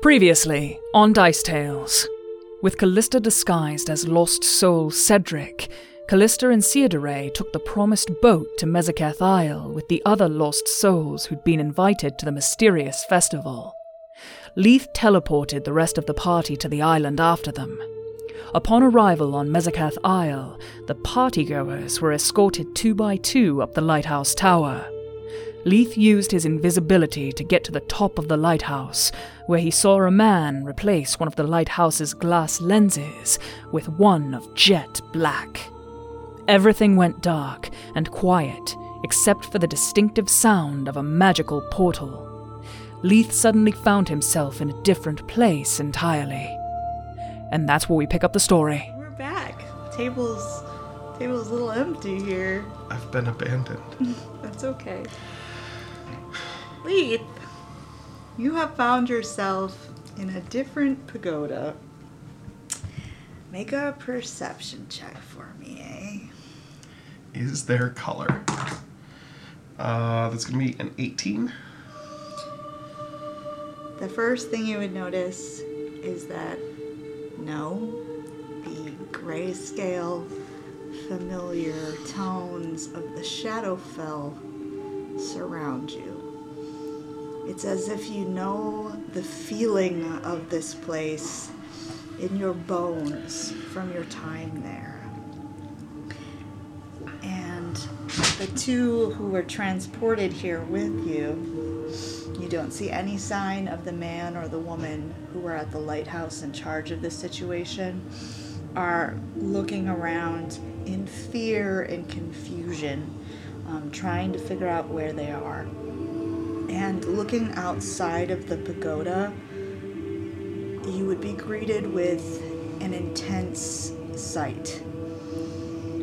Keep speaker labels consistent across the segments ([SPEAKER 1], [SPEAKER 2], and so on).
[SPEAKER 1] Previously on Dice Tales, with Callista disguised as lost soul Cedric, Callista and Theodoray took the promised boat to Mezaketh Isle with the other lost souls who'd been invited to the mysterious festival. Leith teleported the rest of the party to the island after them. Upon arrival on Mezakath Isle, the partygoers were escorted two by two up the lighthouse tower. Leith used his invisibility to get to the top of the lighthouse, where he saw a man replace one of the lighthouse's glass lenses with one of jet black. Everything went dark and quiet, except for the distinctive sound of a magical portal. Leith suddenly found himself in a different place entirely. And that's where we pick up the story.
[SPEAKER 2] We're back. Table's table's a little empty here.
[SPEAKER 3] I've been abandoned.
[SPEAKER 2] That's okay. Leap, you have found yourself in a different pagoda. Make a perception check for me, eh?
[SPEAKER 3] Is there color? Uh, that's gonna be an 18.
[SPEAKER 2] The first thing you would notice is that no, the grayscale, familiar tones of the Shadowfell surround you. It's as if you know the feeling of this place in your bones from your time there. And the two who were transported here with you, you don't see any sign of the man or the woman who were at the lighthouse in charge of this situation, are looking around in fear and confusion, um, trying to figure out where they are. And looking outside of the pagoda, you would be greeted with an intense sight.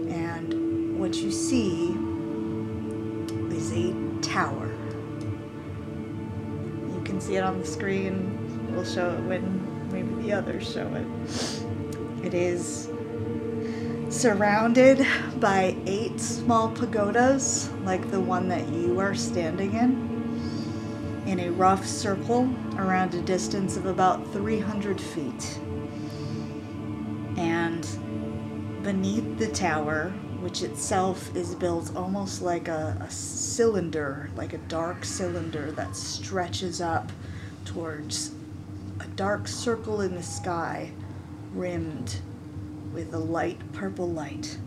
[SPEAKER 2] And what you see is a tower. You can see it on the screen. We'll show it when maybe the others show it. It is surrounded by eight small pagodas, like the one that you are standing in in a rough circle around a distance of about 300 feet. And beneath the tower, which itself is built almost like a, a cylinder, like a dark cylinder that stretches up towards a dark circle in the sky, rimmed with a light purple light.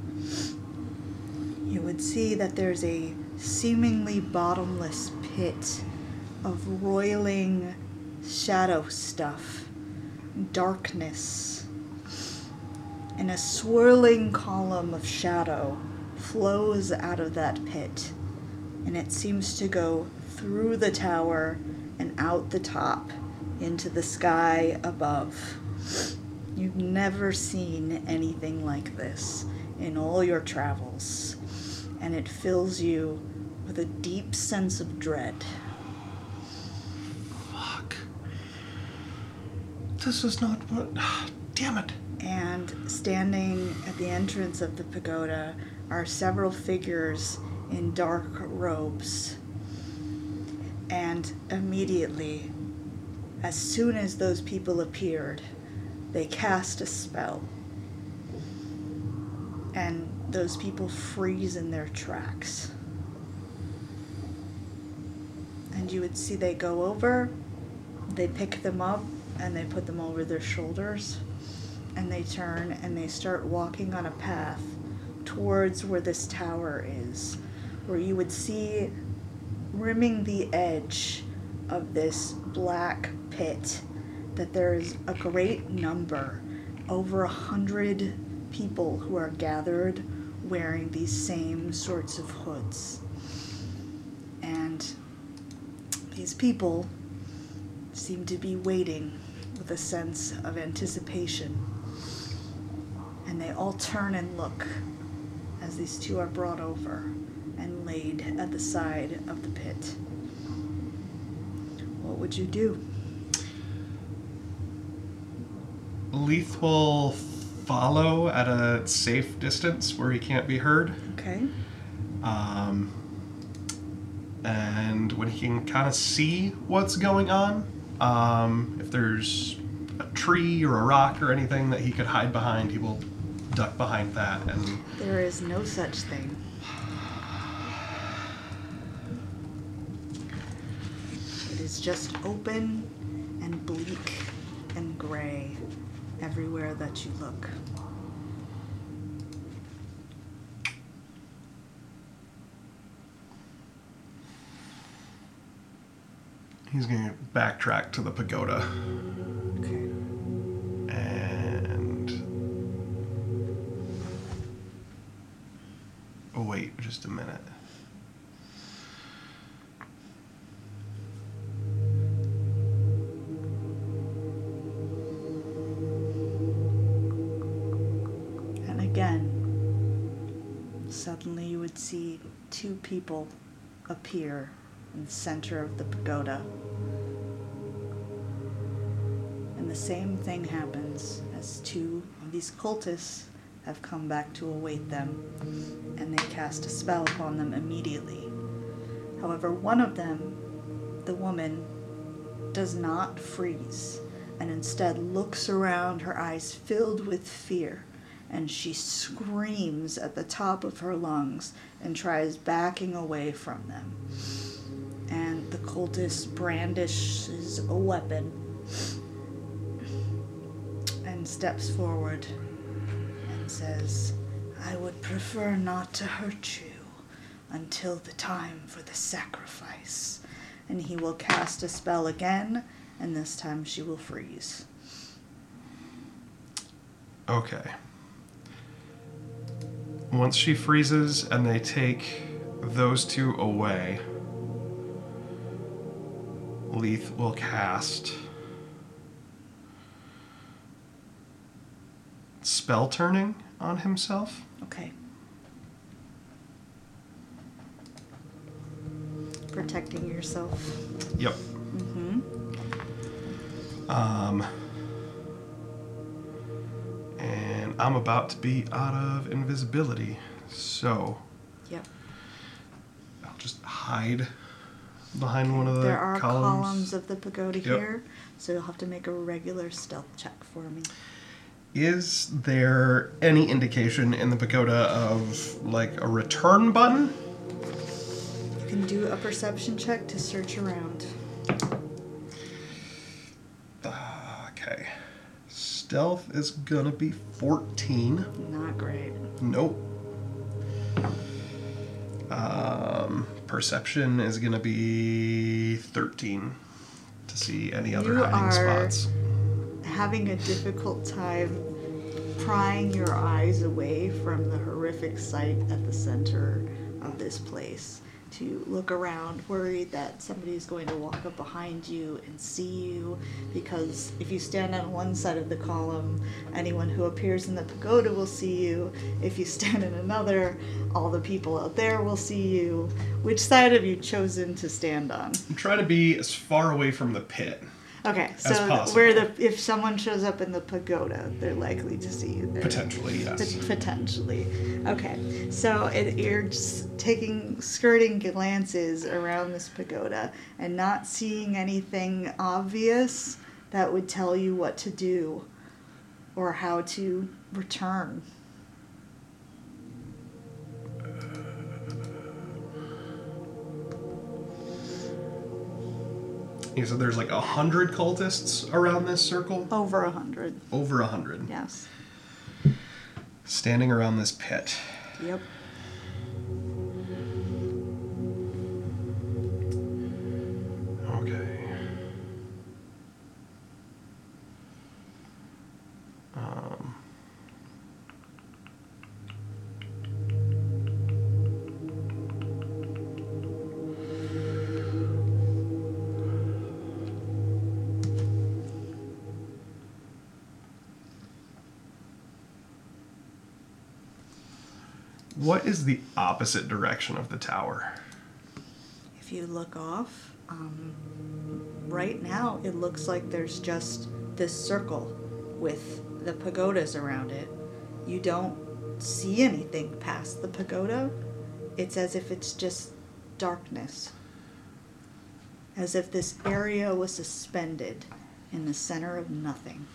[SPEAKER 2] You would see that there's a seemingly bottomless pit of roiling shadow stuff, darkness, and a swirling column of shadow flows out of that pit, and it seems to go through the tower and out the top into the sky above. You've never seen anything like this in all your travels, and it fills you with a deep sense of dread.
[SPEAKER 3] Fuck. This is not what. Damn it.
[SPEAKER 2] and standing at the entrance of the pagoda are several figures in dark robes. And immediately, as soon as those people appeared, they cast a spell. And those people freeze in their tracks. And you would see they go over, they pick them up, and they put them over their shoulders and they turn and they start walking on a path towards where this tower is, where you would see rimming the edge of this black pit that there is a great number, over a hundred people who are gathered wearing these same sorts of hoods. And these people seem to be waiting with a sense of anticipation. And they all turn and look as these two are brought over and laid at the side of the pit. What would you do?
[SPEAKER 3] Leith will follow at a safe distance where he can't be heard.
[SPEAKER 2] Okay.
[SPEAKER 3] Um, and when he can kind of see what's going on, Um, if there's a tree or a rock or anything that he could hide behind, he will duck behind that. And
[SPEAKER 2] There is no such thing. It is just open and bleak and gray everywhere that you look.
[SPEAKER 3] he's going to backtrack to the pagoda
[SPEAKER 2] Okay.
[SPEAKER 3] and. Oh, wait just a minute.
[SPEAKER 2] And again, suddenly you would see two people appear in the center of the pagoda. And the same thing happens as two of these cultists have come back to await them, and they cast a spell upon them immediately. However, one of them, the woman, does not freeze and instead looks around, her eyes filled with fear and she screams at the top of her lungs and tries backing away from them. And the cultist brandishes a weapon and steps forward and says, I would prefer not to hurt you until the time for the sacrifice. And he will cast a spell again, and this time she will freeze.
[SPEAKER 3] Okay. Once she freezes and they take those two away, Leith will cast spell turning on himself.
[SPEAKER 2] Okay. Protecting yourself.
[SPEAKER 3] Yep.
[SPEAKER 2] Mm-hmm.
[SPEAKER 3] Um, and I'm about to be out of invisibility, so
[SPEAKER 2] Yep.
[SPEAKER 3] I'll just hide behind one of the
[SPEAKER 2] there are columns.
[SPEAKER 3] Uh, columns.
[SPEAKER 2] of the pagoda
[SPEAKER 3] Yep.
[SPEAKER 2] here, so you'll have to make a regular stealth check for me.
[SPEAKER 3] Is there any indication in the pagoda of like a return button?
[SPEAKER 2] You can do a perception check to search around.
[SPEAKER 3] Uh, Okay. Stealth is gonna be 14.
[SPEAKER 2] Not great.
[SPEAKER 3] Nope. Um, perception is gonna be 13 to see any other
[SPEAKER 2] You
[SPEAKER 3] hiding
[SPEAKER 2] are-
[SPEAKER 3] spots.
[SPEAKER 2] Having a difficult time prying your eyes away from the horrific sight at the center of this place to look around worried that somebody's going to walk up behind you and see you because if you stand on one side of the column anyone who appears in the pagoda will see you if you stand in another all the people out there will see you which side have you chosen to stand on
[SPEAKER 3] I'm trying to be as far away from the pit.
[SPEAKER 2] okay so
[SPEAKER 3] possible.
[SPEAKER 2] where the if someone shows up in the pagoda they're likely to see you there
[SPEAKER 3] Potentially, yes.
[SPEAKER 2] Pot- Potentially. Okay. So it, you're just taking skirting glances around this pagoda and not seeing anything obvious that would tell you what to do or how to return.
[SPEAKER 3] You said there's like a hundred cultists around this circle?
[SPEAKER 2] Over a hundred.
[SPEAKER 3] Over a hundred.
[SPEAKER 2] Yes.
[SPEAKER 3] Standing around this pit.
[SPEAKER 2] Yep.
[SPEAKER 3] Okay. Um. What is the opposite direction of the tower?
[SPEAKER 2] If you look off, um, right now it looks like there's just this circle with the pagodas around it. You don't see anything past the pagoda. It's as if it's just darkness. as if this area was suspended in the center of nothing.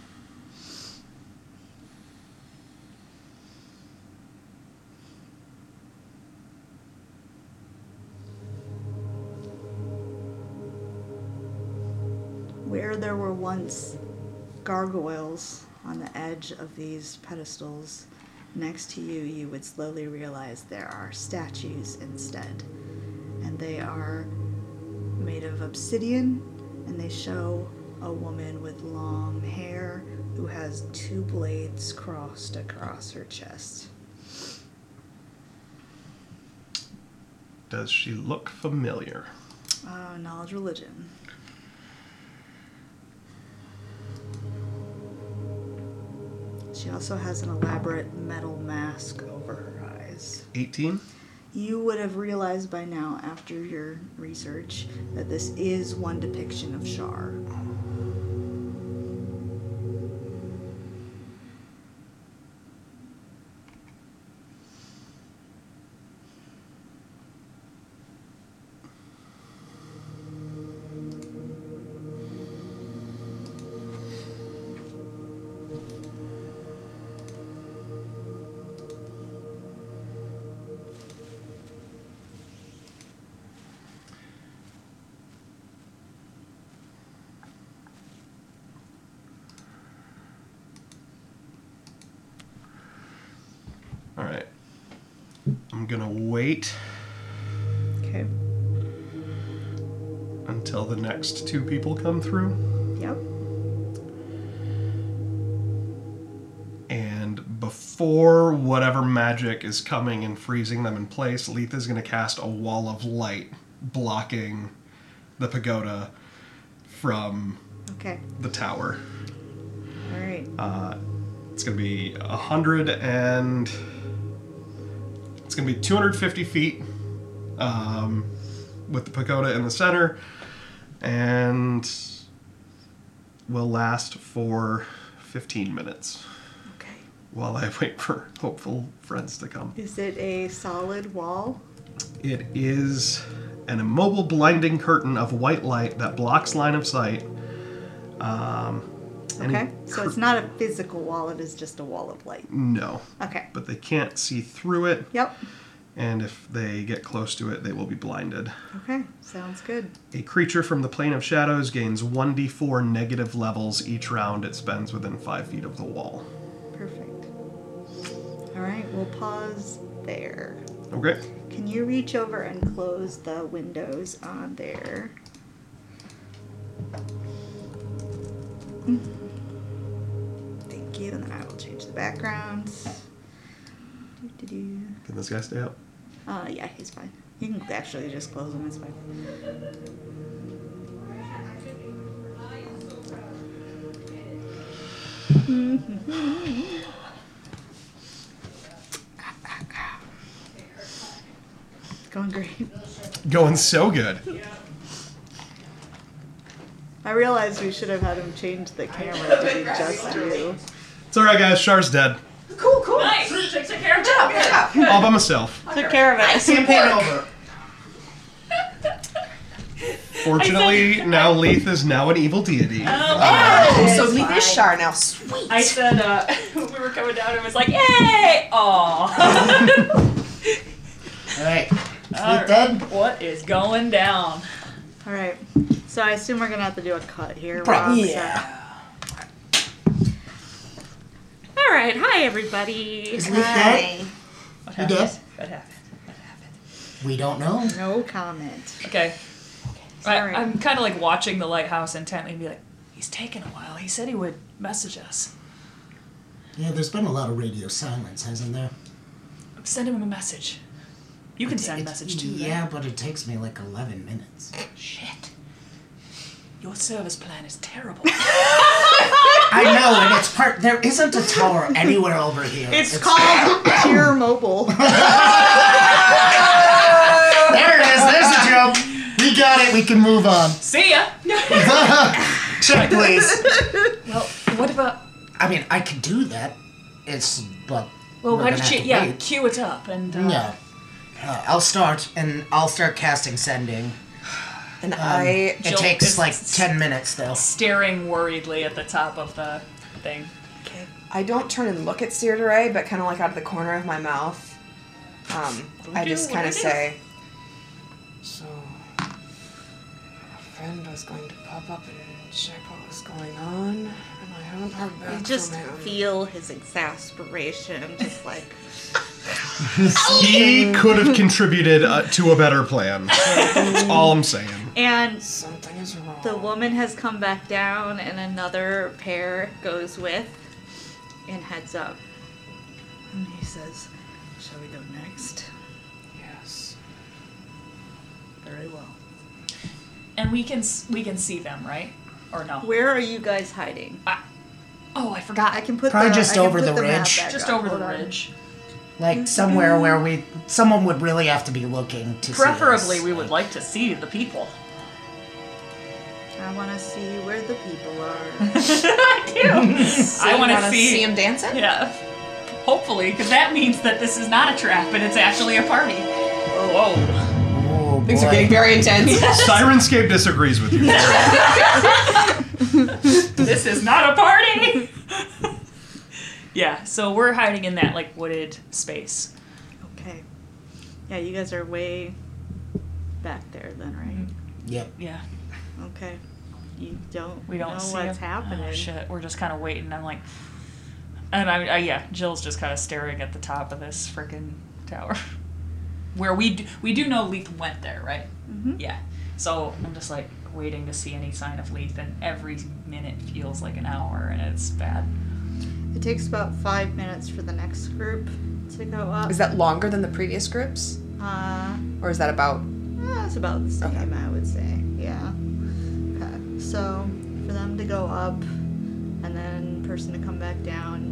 [SPEAKER 2] Where there were once gargoyles on the edge of these pedestals, next to you, you would slowly realize there are statues instead. And they are made of obsidian, and they show a woman with long hair who has two blades crossed across her chest.
[SPEAKER 3] Does she look familiar?
[SPEAKER 2] Uh, knowledge religion. She also has an elaborate metal mask over her eyes.
[SPEAKER 3] 18?
[SPEAKER 2] You would have realized by now, after your research, that this is one depiction of Shar.
[SPEAKER 3] Alright. I'm gonna wait
[SPEAKER 2] Okay.
[SPEAKER 3] until the next two people come through.
[SPEAKER 2] Yep.
[SPEAKER 3] And before whatever magic is coming and freezing them in place, Leith is gonna cast a wall of light blocking the pagoda from
[SPEAKER 2] Okay.
[SPEAKER 3] the tower.
[SPEAKER 2] All right.
[SPEAKER 3] It's gonna be a hundred and it's gonna be 250 feet um, with the pagoda in the center, and will last for 15 minutes
[SPEAKER 2] okay.
[SPEAKER 3] while I wait for hopeful friends to come.
[SPEAKER 2] Is it a solid wall?
[SPEAKER 3] It is an immobile blinding curtain of white light that blocks line of sight. Um, any
[SPEAKER 2] Okay. So it's
[SPEAKER 3] cur-
[SPEAKER 2] not a physical wall, it is just a wall of light.
[SPEAKER 3] no,
[SPEAKER 2] Okay.
[SPEAKER 3] but they can't see through it.
[SPEAKER 2] Yep.
[SPEAKER 3] and if they get close to it, they will be blinded.
[SPEAKER 2] Okay. Sounds good.
[SPEAKER 3] A creature from the plane of shadows gains 1d4 negative levels each round it spends within 5 feet of the wall.
[SPEAKER 2] Perfect. All right. We'll pause there.
[SPEAKER 3] Okay.
[SPEAKER 2] Can you reach over and close the windows on there? Thank you, and then I will change the backgrounds. Doo-doo-doo.
[SPEAKER 3] Can this guy stay up?
[SPEAKER 2] Uh, yeah, he's fine. You can actually just close him, it's fine. Going great.
[SPEAKER 3] Going so good.
[SPEAKER 2] I realized we should have had him change the camera to be just you.
[SPEAKER 3] It's alright, guys. Shar's dead.
[SPEAKER 4] Cool, cool.
[SPEAKER 1] Nice. She took care of job.
[SPEAKER 3] All by myself.
[SPEAKER 2] Took care of it.
[SPEAKER 3] over. Fortunately, now Leith is now an evil deity.
[SPEAKER 4] Oh,
[SPEAKER 2] It's
[SPEAKER 4] so Leaf
[SPEAKER 2] fine.
[SPEAKER 4] is Shar now. Sweet.
[SPEAKER 1] I said uh, we were coming down and was like, "Yay! Aw,
[SPEAKER 4] Alright.
[SPEAKER 1] Alright.
[SPEAKER 4] dead?
[SPEAKER 1] what is going down?"
[SPEAKER 2] All right. So I assume we're gonna have to do a cut here.
[SPEAKER 4] Pro-
[SPEAKER 2] Rob, so-
[SPEAKER 4] yeah.
[SPEAKER 1] All right, hi everybody.
[SPEAKER 4] Is Leaf dead?
[SPEAKER 1] What
[SPEAKER 4] You dead?
[SPEAKER 1] What happened? What happened?
[SPEAKER 4] We don't know.
[SPEAKER 2] No comment.
[SPEAKER 1] Okay.
[SPEAKER 2] sorry.
[SPEAKER 1] I, I'm kind of like watching the lighthouse intently and be like, "He's taking a while. He said he would message us.
[SPEAKER 5] Yeah, there's been a lot of radio silence, hasn't there?
[SPEAKER 1] Send him a message. You can send a
[SPEAKER 5] It-
[SPEAKER 1] message too. right?
[SPEAKER 5] Yeah, but it takes me like 11 minutes.
[SPEAKER 1] Shit. Your service plan is terrible.
[SPEAKER 5] I know, and it's part. There isn't a tower anywhere over here.
[SPEAKER 2] It's, called Tier Mobile.
[SPEAKER 5] There it is. There's a joke. We got it. We can move on.
[SPEAKER 1] See ya.
[SPEAKER 5] Check, please.
[SPEAKER 1] well, what about?
[SPEAKER 5] I mean, I could do that. It's but.
[SPEAKER 1] Well,
[SPEAKER 5] we're
[SPEAKER 1] why
[SPEAKER 5] gonna
[SPEAKER 1] don't
[SPEAKER 5] have
[SPEAKER 1] you?
[SPEAKER 5] to
[SPEAKER 1] Yeah,
[SPEAKER 5] wait.
[SPEAKER 1] cue it up and. Uh,
[SPEAKER 5] No. Uh, I'll start, and I'll start casting sending.
[SPEAKER 4] And I
[SPEAKER 5] It
[SPEAKER 1] Jolt
[SPEAKER 5] takes
[SPEAKER 1] is-
[SPEAKER 5] like 10 minutes though.
[SPEAKER 1] staring worriedly at the top of the thing.
[SPEAKER 4] Okay. I don't turn and look at Sirdaray, but kind of like out of the corner of my mouth, um,
[SPEAKER 1] we
[SPEAKER 4] I
[SPEAKER 1] do?
[SPEAKER 4] just
[SPEAKER 1] What do
[SPEAKER 4] kind
[SPEAKER 1] we
[SPEAKER 4] of
[SPEAKER 1] do?
[SPEAKER 4] say, "So, a friend was going to pop up and check what was going on, and I haven't heard back
[SPEAKER 2] I just
[SPEAKER 4] from him."
[SPEAKER 2] feel his exasperation. I'm just like,
[SPEAKER 3] He could have contributed uh, to a better plan. That's all I'm saying.
[SPEAKER 2] and
[SPEAKER 4] Something is wrong.
[SPEAKER 2] the woman has come back down, and another pair goes with and heads up.
[SPEAKER 6] And he says, Shall we go next?
[SPEAKER 4] yes.
[SPEAKER 6] Very well.
[SPEAKER 1] And we can s- we can see them, right? Or no?
[SPEAKER 2] Where are you guys hiding?
[SPEAKER 1] Oh, I forgot.
[SPEAKER 6] I can put
[SPEAKER 5] Probably
[SPEAKER 6] the,
[SPEAKER 5] just
[SPEAKER 6] I can
[SPEAKER 5] over
[SPEAKER 6] put
[SPEAKER 5] the
[SPEAKER 6] map
[SPEAKER 5] ridge.
[SPEAKER 6] back
[SPEAKER 1] Just
[SPEAKER 6] up.
[SPEAKER 1] over the
[SPEAKER 6] Hold on.
[SPEAKER 1] ridge.
[SPEAKER 5] Like somewhere where we someone would really have to be looking to see
[SPEAKER 1] Preferably,
[SPEAKER 5] us.
[SPEAKER 1] we would like to see the people.
[SPEAKER 6] I want to see where the people are.
[SPEAKER 1] I want to
[SPEAKER 4] wanna
[SPEAKER 1] see.
[SPEAKER 4] see him dancing.
[SPEAKER 1] Yeah. Hopefully, because that means that this is not a trap and it's actually a party. Whoa.
[SPEAKER 5] Oh,
[SPEAKER 4] Things are
[SPEAKER 5] boy.
[SPEAKER 4] getting very intense.
[SPEAKER 3] Sirenscape disagrees with you.
[SPEAKER 1] this is not a party! yeah, so we're hiding in that, like, wooded space.
[SPEAKER 6] okay.
[SPEAKER 2] Yeah, you guys are way back there, then,
[SPEAKER 1] Mm-hmm.
[SPEAKER 2] right?
[SPEAKER 5] Yep.
[SPEAKER 1] Yeah,
[SPEAKER 2] Okay. You don't.
[SPEAKER 1] we don't
[SPEAKER 2] know
[SPEAKER 1] see
[SPEAKER 2] what's
[SPEAKER 1] him.
[SPEAKER 2] happening.
[SPEAKER 1] Oh, shit, we're just kind of waiting. I'm like. And I, I, yeah, Jill's just kind of staring at the top of this freaking tower. Where we do, we do know Leith went there, right?
[SPEAKER 2] Mhm.
[SPEAKER 1] Yeah. So I'm just like waiting to see any sign of Leith, and every minute feels like an hour, and it's bad.
[SPEAKER 2] It takes about five minutes for the next group to go up.
[SPEAKER 4] Is that longer than the previous groups,
[SPEAKER 2] Uh,
[SPEAKER 4] or is that about?
[SPEAKER 2] Yeah, it's about the same, I would say. Yeah. Okay. So for them to go up, and then person to come back down,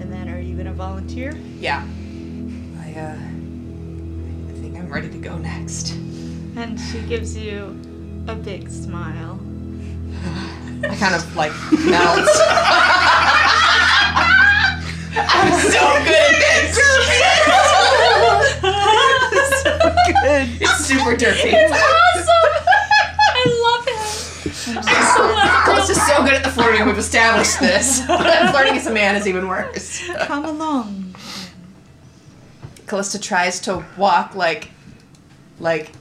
[SPEAKER 2] and then are you gonna volunteer?
[SPEAKER 4] Yeah. I uh, I think I'm ready to go next.
[SPEAKER 2] And she gives you a big smile.
[SPEAKER 4] I kind of like melt. I'm so good at this. so good. It's super derpy. It's awesome. I love it. Callista's so good at the flirting. We've established this. But flirting as a man is even worse.
[SPEAKER 6] Come along.
[SPEAKER 4] Callista tries to walk like, like,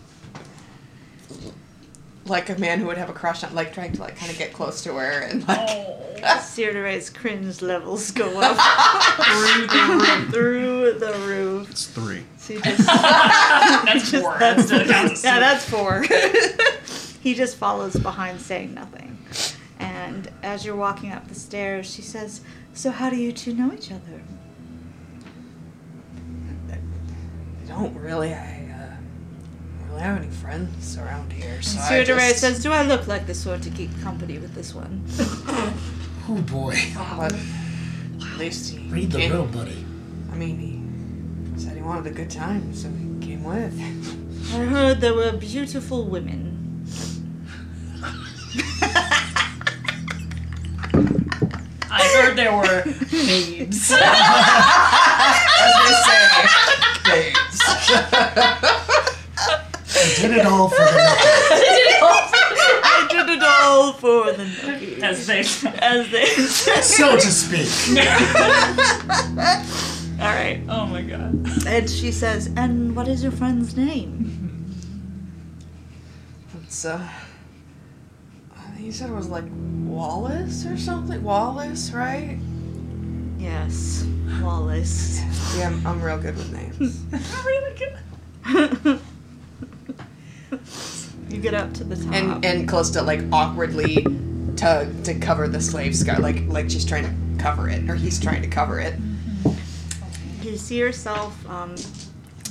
[SPEAKER 4] like a man who would have a crush on, like trying to like kind of get close to her and like.
[SPEAKER 2] Cyrdare's cringe levels go up through the roof. Through the roof.
[SPEAKER 3] It's three.
[SPEAKER 2] She just,
[SPEAKER 1] That's four. That's the that's
[SPEAKER 2] yeah, that's four. he just follows behind, saying nothing. And as you're walking up the stairs, she says, "So how do you two know each other?"
[SPEAKER 4] I don't really. I uh, really have any friends around here, so I
[SPEAKER 2] Theodore
[SPEAKER 4] just,
[SPEAKER 2] says, "Do I look like the sort to keep company with this one?"
[SPEAKER 5] Oh boy.
[SPEAKER 4] but at least he
[SPEAKER 5] Read the
[SPEAKER 4] came-
[SPEAKER 5] room, buddy.
[SPEAKER 4] I mean, he said he wanted a good time, so he came with.
[SPEAKER 2] I heard there were beautiful women.
[SPEAKER 1] I heard there were babes.
[SPEAKER 5] I did it all for the nothing.
[SPEAKER 2] I did it all for the nookie.
[SPEAKER 1] As they
[SPEAKER 2] As they,
[SPEAKER 5] so to speak.
[SPEAKER 1] All right. Oh my god.
[SPEAKER 6] And she says,
[SPEAKER 2] and what is your friend's name?
[SPEAKER 4] It's uh, I think uh, he said it was like Wallace or something. Wallace, right?
[SPEAKER 2] Yes, Wallace.
[SPEAKER 4] Yeah, I'm, I'm real good with names.
[SPEAKER 1] Really good.
[SPEAKER 2] you get up to the top.
[SPEAKER 4] and and Callista like awkwardly to to cover the slave scar, like like she's trying to cover it, or he's trying to cover it.
[SPEAKER 2] you see yourself um,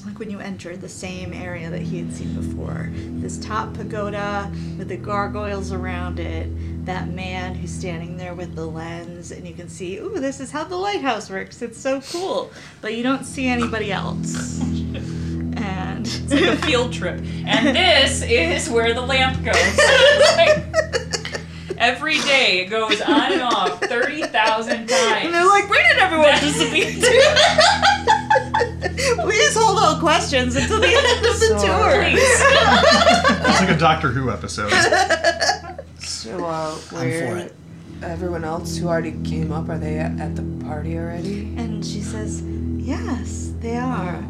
[SPEAKER 2] like when you enter the same area that he had seen before this top pagoda with the gargoyles around it that man who's standing there with the lens and you can see ooh this is how the lighthouse works it's so cool but you don't see anybody else and
[SPEAKER 1] The field trip. And this is where the lamp goes. It's like, every day it goes on and off thirty thousand times.
[SPEAKER 2] and they're like where did everyone disappear to? we these holdout questions until the end of the tour.
[SPEAKER 3] It's like a Doctor Who episode.
[SPEAKER 4] So, uh,
[SPEAKER 5] for
[SPEAKER 4] where
[SPEAKER 5] it.
[SPEAKER 4] everyone else who already came up, are they at, at the party already?
[SPEAKER 2] And she says, Yes, they are.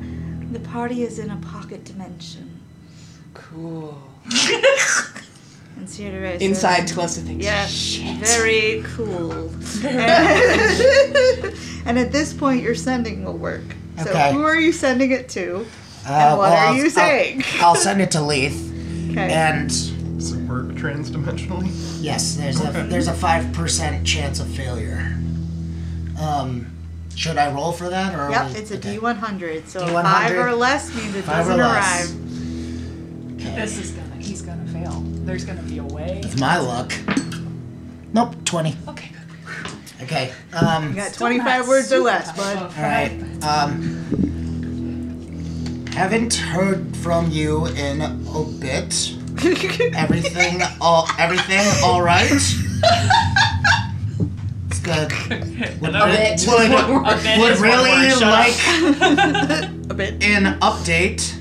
[SPEAKER 2] The party is in a pocket dimension.
[SPEAKER 4] Cool.
[SPEAKER 2] And Theodore says,
[SPEAKER 4] Inside Calista thinks.
[SPEAKER 2] Yes, very cool. and at this point, your sending will work. So
[SPEAKER 5] Okay.
[SPEAKER 2] who are you sending it to?
[SPEAKER 5] Uh,
[SPEAKER 2] And what are
[SPEAKER 5] I'll-
[SPEAKER 2] you
[SPEAKER 5] I'll-
[SPEAKER 2] saying?
[SPEAKER 5] I'll send it to Leith,
[SPEAKER 2] Okay.
[SPEAKER 5] and
[SPEAKER 3] Does it work transdimensionally?
[SPEAKER 5] yes, there's a there's a five percent chance of failure. Um, should I roll for that or?
[SPEAKER 2] Yep, it's a
[SPEAKER 5] okay.
[SPEAKER 2] D100, so
[SPEAKER 5] D100.
[SPEAKER 2] five or less means it
[SPEAKER 5] Five or
[SPEAKER 2] doesn't
[SPEAKER 5] less.
[SPEAKER 2] arrive.
[SPEAKER 7] This is gonna. He's gonna fail. There's gonna be a way.
[SPEAKER 5] With my luck. Nope, twenty.
[SPEAKER 7] Okay, good.
[SPEAKER 5] Okay. Um,
[SPEAKER 2] You got
[SPEAKER 7] Still not
[SPEAKER 2] 25 words or
[SPEAKER 7] super
[SPEAKER 2] less,
[SPEAKER 7] tough.
[SPEAKER 2] bud.
[SPEAKER 5] All right. Um, haven't heard from you in a bit. Everything all everything all right? It's good. Would,
[SPEAKER 7] bit.
[SPEAKER 5] would,
[SPEAKER 7] A bit
[SPEAKER 5] would
[SPEAKER 7] is one
[SPEAKER 5] really
[SPEAKER 7] word, shut up.
[SPEAKER 5] like an update.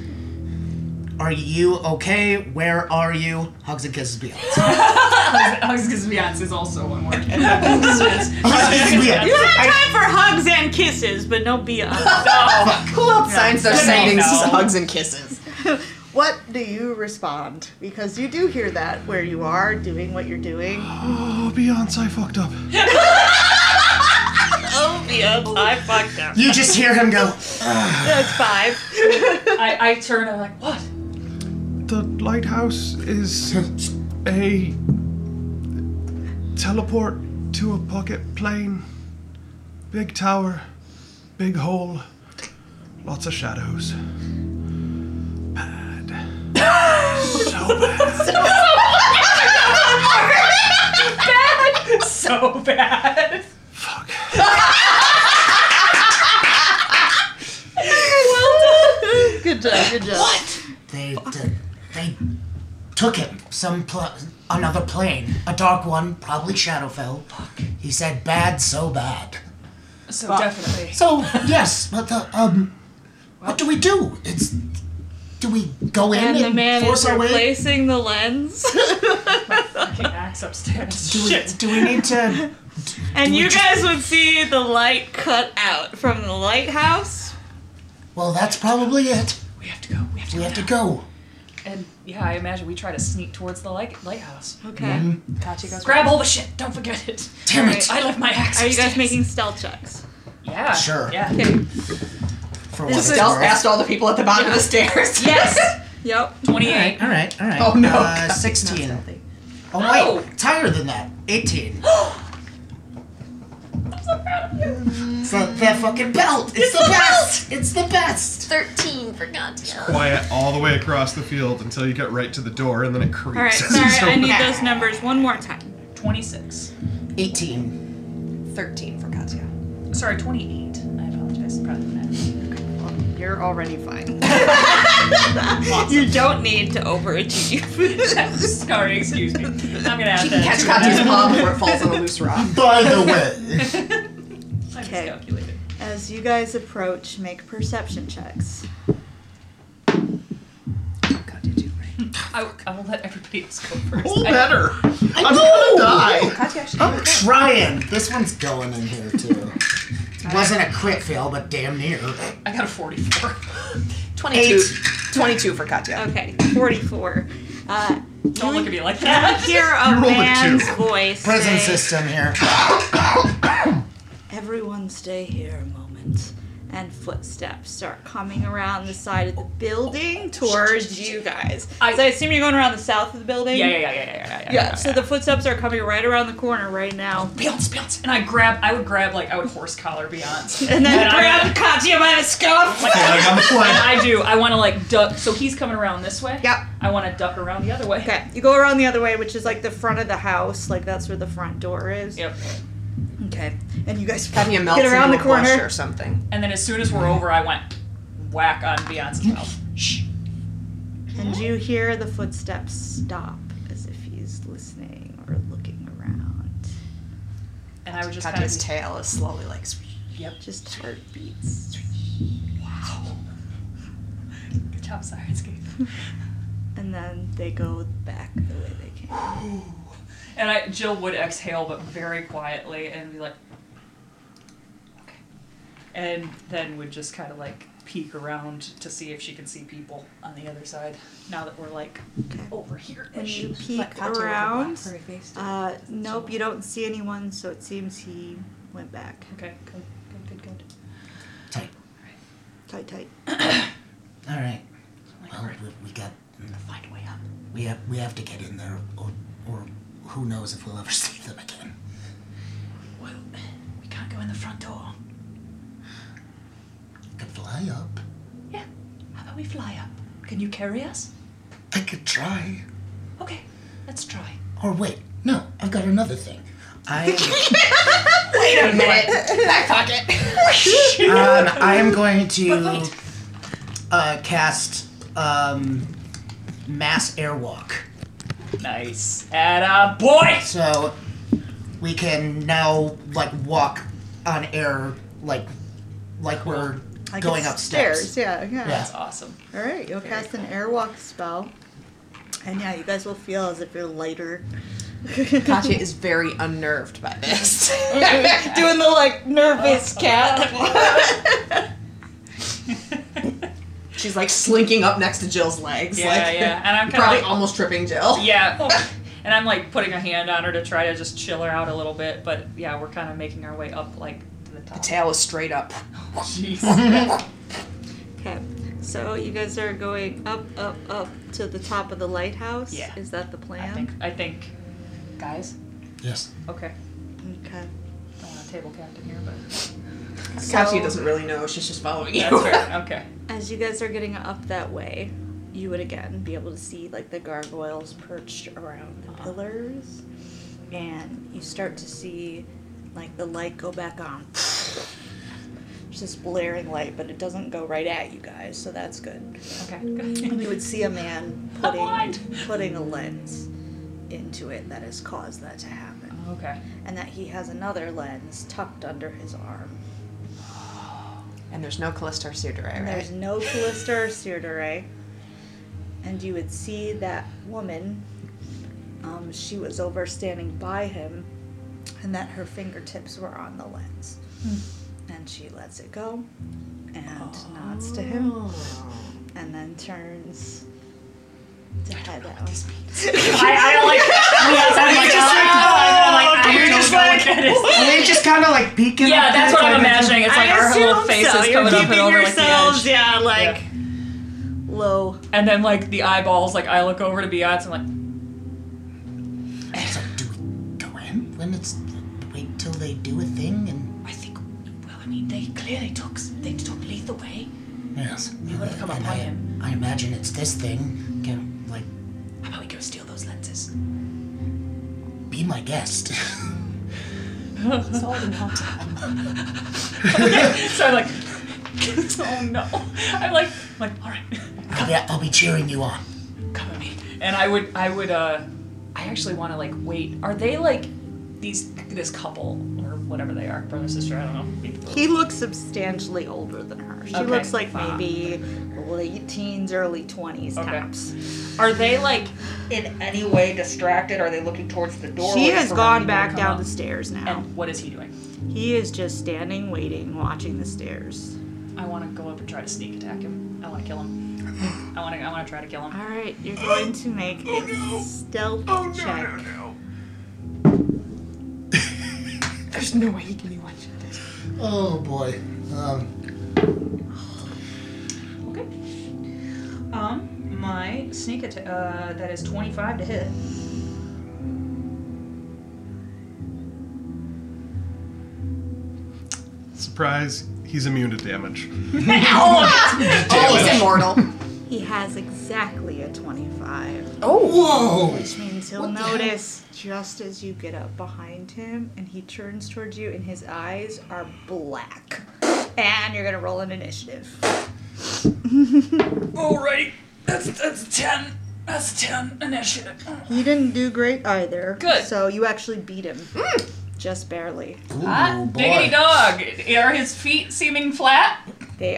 [SPEAKER 5] Are you okay? Where are you? Hugs and kisses beyond.
[SPEAKER 7] Hugs because Beyonce is also one word.
[SPEAKER 5] Hugs and kisses beyond.
[SPEAKER 2] You have time for hugs and kisses, but no beyond.
[SPEAKER 8] Who else signs their sending
[SPEAKER 7] no.
[SPEAKER 8] hugs and kisses?
[SPEAKER 2] what do you respond? Because you do hear that where you are doing what you're doing.
[SPEAKER 3] Oh, Beyonce fucked up.
[SPEAKER 2] Oh, beyond. I fucked up.
[SPEAKER 5] You just hear him go.
[SPEAKER 2] That's five.
[SPEAKER 7] I, I turn. I'm like, what?
[SPEAKER 3] The lighthouse is a teleport to a pocket plane. Big tower, big hole, lots of shadows. Bad. so bad.
[SPEAKER 7] So bad.
[SPEAKER 3] Fuck.
[SPEAKER 2] Good job, good job. What?
[SPEAKER 5] They t- they took him some pl- another plane, a dark one, probably Shadowfell. He said bad, so bad.
[SPEAKER 7] So definitely.
[SPEAKER 5] So yes, but the um, what do we do? It's do we go in
[SPEAKER 2] And
[SPEAKER 5] and,
[SPEAKER 2] the man
[SPEAKER 5] force
[SPEAKER 2] is
[SPEAKER 5] our way?
[SPEAKER 2] replacing the lens.
[SPEAKER 7] Fucking axe upstairs.
[SPEAKER 5] Do we,
[SPEAKER 7] Shit.
[SPEAKER 5] do we need to?
[SPEAKER 2] and you
[SPEAKER 5] just-
[SPEAKER 2] guys would see the light cut out from the lighthouse.
[SPEAKER 5] Well, that's probably it.
[SPEAKER 7] We have to go. We have to.
[SPEAKER 5] We
[SPEAKER 7] go.
[SPEAKER 5] have to go.
[SPEAKER 7] And yeah, I imagine we try to sneak towards the light- lighthouse.
[SPEAKER 2] Okay.
[SPEAKER 5] Mm-hmm.
[SPEAKER 4] Tachi goes.
[SPEAKER 7] Grab all the shit. Don't forget it.
[SPEAKER 5] Damn it!
[SPEAKER 7] I left my axe.
[SPEAKER 2] Are you guys
[SPEAKER 7] upstairs.
[SPEAKER 2] making stealth checks?
[SPEAKER 7] Yeah.
[SPEAKER 5] Sure.
[SPEAKER 7] Yeah.
[SPEAKER 2] Okay.
[SPEAKER 5] For what it's
[SPEAKER 8] Stealth
[SPEAKER 5] worth.
[SPEAKER 8] past all the people at the bottom of the stairs.
[SPEAKER 7] Yes.
[SPEAKER 2] Yep.
[SPEAKER 7] Twenty-eight.
[SPEAKER 5] All right, all right.
[SPEAKER 8] Oh, no.
[SPEAKER 5] Uh, Sixteen. Oh
[SPEAKER 7] No.
[SPEAKER 5] wait, it's higher than that. Eighteen. It's the, the fucking belt. It's, the, best. It's the best.
[SPEAKER 9] 13 for Gantia.
[SPEAKER 3] Quiet all the way across the field until you get right to the door and then it creaks.
[SPEAKER 2] All right.
[SPEAKER 3] as you
[SPEAKER 2] Sorry, I
[SPEAKER 3] open
[SPEAKER 2] need
[SPEAKER 3] it.
[SPEAKER 2] those numbers one more time.
[SPEAKER 7] Twenty-six.
[SPEAKER 5] 18.
[SPEAKER 4] 13 for Katya.
[SPEAKER 7] Sorry, twenty-eight. I apologize. Probably not.
[SPEAKER 2] You're already fine. you don't need to overachieve.
[SPEAKER 7] Sorry. Excuse me. I'm gonna add
[SPEAKER 8] She can
[SPEAKER 7] that.
[SPEAKER 8] catch
[SPEAKER 7] to
[SPEAKER 8] Katya's
[SPEAKER 7] that.
[SPEAKER 8] palm before it falls on a loose rock.
[SPEAKER 5] By the way,
[SPEAKER 7] I
[SPEAKER 2] Okay.
[SPEAKER 7] miscalculated.
[SPEAKER 2] As you guys approach, make perception checks.
[SPEAKER 7] God, did you right? I, I will let everybody else go first.
[SPEAKER 3] Pull
[SPEAKER 7] I-
[SPEAKER 3] better.
[SPEAKER 5] I know.
[SPEAKER 3] Die.
[SPEAKER 4] Katya actually.
[SPEAKER 5] I'm trying. This one's going in here too. It wasn't a crit fail, but damn near.
[SPEAKER 7] I got a 44.
[SPEAKER 8] 22. 22 for Katya.
[SPEAKER 2] Okay, 44. Uh,
[SPEAKER 7] Don't look at me like that.
[SPEAKER 2] hear a
[SPEAKER 3] rolled a
[SPEAKER 2] man's
[SPEAKER 3] two.
[SPEAKER 2] voice.
[SPEAKER 5] Prison
[SPEAKER 2] say,
[SPEAKER 5] system here.
[SPEAKER 2] Everyone stay here a moment. And footsteps start coming around the side of the building towards you guys.
[SPEAKER 7] I-
[SPEAKER 2] 'Cause I assume you're going around the south of the building.
[SPEAKER 7] Yeah, yeah, yeah, yeah, yeah, yeah, yeah.
[SPEAKER 2] Yeah, so the footsteps are coming right around the corner right now.
[SPEAKER 7] Beyonce, Beyonce. And I grab, I would grab, like, I would horse collar Beyonce.
[SPEAKER 2] And then
[SPEAKER 7] And I-
[SPEAKER 2] grab Katya by the scuff.
[SPEAKER 7] Like,
[SPEAKER 3] Flag on the
[SPEAKER 7] and
[SPEAKER 3] flag.
[SPEAKER 7] I do. I want to, like, duck. So he's coming around this way.
[SPEAKER 2] Yep.
[SPEAKER 7] I want to duck around the other way.
[SPEAKER 2] Okay, you go around the other way, which is like the front of the house. Like that's where the front door is.
[SPEAKER 7] Yep.
[SPEAKER 2] Okay. And you guys
[SPEAKER 8] Katya melts
[SPEAKER 2] get around
[SPEAKER 8] into
[SPEAKER 2] the
[SPEAKER 8] a bush
[SPEAKER 2] corner.
[SPEAKER 8] or something.
[SPEAKER 7] And then as soon as we're over, I went whack on Beyonce's mouth. Shh.
[SPEAKER 2] And you hear the footsteps stop as if he's listening or looking around.
[SPEAKER 7] And I would just kind
[SPEAKER 8] Katya's
[SPEAKER 7] of.
[SPEAKER 8] tail is slowly like.
[SPEAKER 2] Just heartbeats.
[SPEAKER 7] Good job, Sirenscape.
[SPEAKER 2] and then they go back the way they came.
[SPEAKER 7] And I, Jill would exhale, but very quietly, and be like, okay. And then would just kind of like peek around to see if she can see people on the other side. Now that we're like over here,
[SPEAKER 2] And you
[SPEAKER 10] Like
[SPEAKER 2] peek
[SPEAKER 10] Kato with a
[SPEAKER 2] around.
[SPEAKER 10] blackberry face.
[SPEAKER 2] Uh, nope, you don't see anyone, so it seems he went back.
[SPEAKER 7] Okay, good, good, good, good.
[SPEAKER 5] Tight.
[SPEAKER 2] Tight, tight.
[SPEAKER 5] All right. Well, we, we got to find a way up. We have we have to get in there, or, or who knows if we'll ever see them again.
[SPEAKER 7] Well, we can't go in the front door.
[SPEAKER 5] We could fly up.
[SPEAKER 7] Yeah. How about we fly up? Can you carry us?
[SPEAKER 5] I could try.
[SPEAKER 7] Okay, let's try.
[SPEAKER 5] Or wait, no, I've got another thing. I
[SPEAKER 4] Wait a minute. Back pocket.
[SPEAKER 5] um, I am going to uh, cast um, mass airwalk.
[SPEAKER 7] Nice. At a boy.
[SPEAKER 5] So we can now like walk on air like like we're
[SPEAKER 2] Like
[SPEAKER 5] going
[SPEAKER 2] it's
[SPEAKER 5] up
[SPEAKER 2] stairs.
[SPEAKER 5] steps.
[SPEAKER 2] Yeah, yeah.
[SPEAKER 5] Yeah.
[SPEAKER 7] That's awesome.
[SPEAKER 2] All right, you'll cast an airwalk spell, and yeah, you guys will feel as if you're lighter.
[SPEAKER 4] Katya is very unnerved by this.
[SPEAKER 2] Doing the like nervous
[SPEAKER 7] Oh,
[SPEAKER 2] cat.
[SPEAKER 4] She's like slinking up next to Jill's legs.
[SPEAKER 7] oh. Yeah,
[SPEAKER 4] like,
[SPEAKER 7] yeah, and I'm kinda
[SPEAKER 4] probably
[SPEAKER 7] like-
[SPEAKER 4] almost tripping Jill.
[SPEAKER 7] Yeah. oh, And I'm like putting a hand on her to try to just chill her out a little bit, but yeah, we're kind of making our way up like to the top.
[SPEAKER 4] Tail is straight up.
[SPEAKER 2] okay, so you guys are going up, up, up to the top of the lighthouse.
[SPEAKER 7] Yeah.
[SPEAKER 2] Is that the
[SPEAKER 7] I
[SPEAKER 2] plan?
[SPEAKER 7] think. I think. Guys.
[SPEAKER 5] Yes.
[SPEAKER 7] Okay.
[SPEAKER 2] Okay.
[SPEAKER 7] Don't want a table captain here, but
[SPEAKER 4] Katya doesn't really know. She's just following you.
[SPEAKER 7] that's fair. Okay.
[SPEAKER 2] As you guys are getting up that way, you would again be able to see like the gargoyles perched around
[SPEAKER 7] Uh-huh.
[SPEAKER 2] the pillars, and you start to see like the light go back on. It's just blaring light, but it doesn't go right at you guys, so that's good.
[SPEAKER 7] Okay.
[SPEAKER 2] And
[SPEAKER 7] Good.
[SPEAKER 2] you would see a man
[SPEAKER 7] Blind.
[SPEAKER 2] putting putting a lens into it that has caused that to happen,
[SPEAKER 7] okay.
[SPEAKER 2] and that he has another lens tucked under his arm.
[SPEAKER 4] And there's no Callisto Sudaray,
[SPEAKER 2] And
[SPEAKER 4] right?
[SPEAKER 2] There's no Callista or Sirdaray. And you would see that woman, um, she was over standing by him, and that her fingertips were on the lens.
[SPEAKER 7] Hmm.
[SPEAKER 2] And she lets it go and nods to him,
[SPEAKER 7] Oh.
[SPEAKER 2] and then turns to head out.
[SPEAKER 7] Oh,
[SPEAKER 4] oh,
[SPEAKER 5] They just kind of like peeking.
[SPEAKER 7] Yeah,
[SPEAKER 5] up
[SPEAKER 7] that's
[SPEAKER 5] there,
[SPEAKER 7] what I'm
[SPEAKER 5] kinda-
[SPEAKER 7] imagining. It's like our whole faces coming up and over like the edge.
[SPEAKER 2] yeah, like low.
[SPEAKER 7] And then like the eyeballs, like I look over to Beyonce, I'm like,
[SPEAKER 5] It's like, do we go in when it's wait till they do a thing and
[SPEAKER 7] I think, well, I mean, they clearly took, they took lead the way.
[SPEAKER 5] yes.
[SPEAKER 7] You wanna come up
[SPEAKER 5] And
[SPEAKER 7] on
[SPEAKER 5] I,
[SPEAKER 7] him.
[SPEAKER 5] I imagine it's this thing. Can like
[SPEAKER 7] How about we go steal those lenses?
[SPEAKER 5] be my guest.
[SPEAKER 7] so I'm like, oh no. I'm like, I'm like, all right,
[SPEAKER 5] I'll be, I'll be cheering you on.
[SPEAKER 7] come at me. And I would, I would, uh, I actually want to like wait. Are they like these, this couple or whatever they are, brother, sister, I don't know.
[SPEAKER 2] He looks substantially older than her. She
[SPEAKER 7] Okay.
[SPEAKER 2] looks like maybe late teens, early 20s
[SPEAKER 7] Okay.
[SPEAKER 2] tops.
[SPEAKER 7] Are they like in any way distracted? Are they looking towards the door?
[SPEAKER 2] She
[SPEAKER 7] waiting
[SPEAKER 2] has
[SPEAKER 7] for
[SPEAKER 2] gone
[SPEAKER 7] Romeo to
[SPEAKER 2] back
[SPEAKER 7] come
[SPEAKER 2] down
[SPEAKER 7] up?
[SPEAKER 2] the stairs now.
[SPEAKER 7] And what is he doing?
[SPEAKER 2] He is just standing, waiting, watching the stairs.
[SPEAKER 7] I want to go up and try to sneak attack him. I want to kill him. I want to, I want to try to kill him.
[SPEAKER 2] All right, you're going to make a stealth check.
[SPEAKER 10] There's no way he can be one shot. There's
[SPEAKER 5] Oh boy. Um,
[SPEAKER 7] Okay. Um, my sneak attack, uh, that is 25 to hit.
[SPEAKER 3] Surprise, he's immune to damage.
[SPEAKER 4] Oh, he's immortal.
[SPEAKER 2] He has exactly a 25,
[SPEAKER 5] Oh, whoa!
[SPEAKER 2] which means he'll notice just as you get up behind him and he turns towards you, and his eyes are black. And you're gonna roll an initiative.
[SPEAKER 7] Alrighty. That's, that's 10. That's 10 initiative.
[SPEAKER 2] You didn't do great either.
[SPEAKER 7] Good.
[SPEAKER 2] So you actually beat him. Just barely.
[SPEAKER 5] Ooh, boy.
[SPEAKER 7] Diggity dog. Are his feet seeming flat?
[SPEAKER 11] They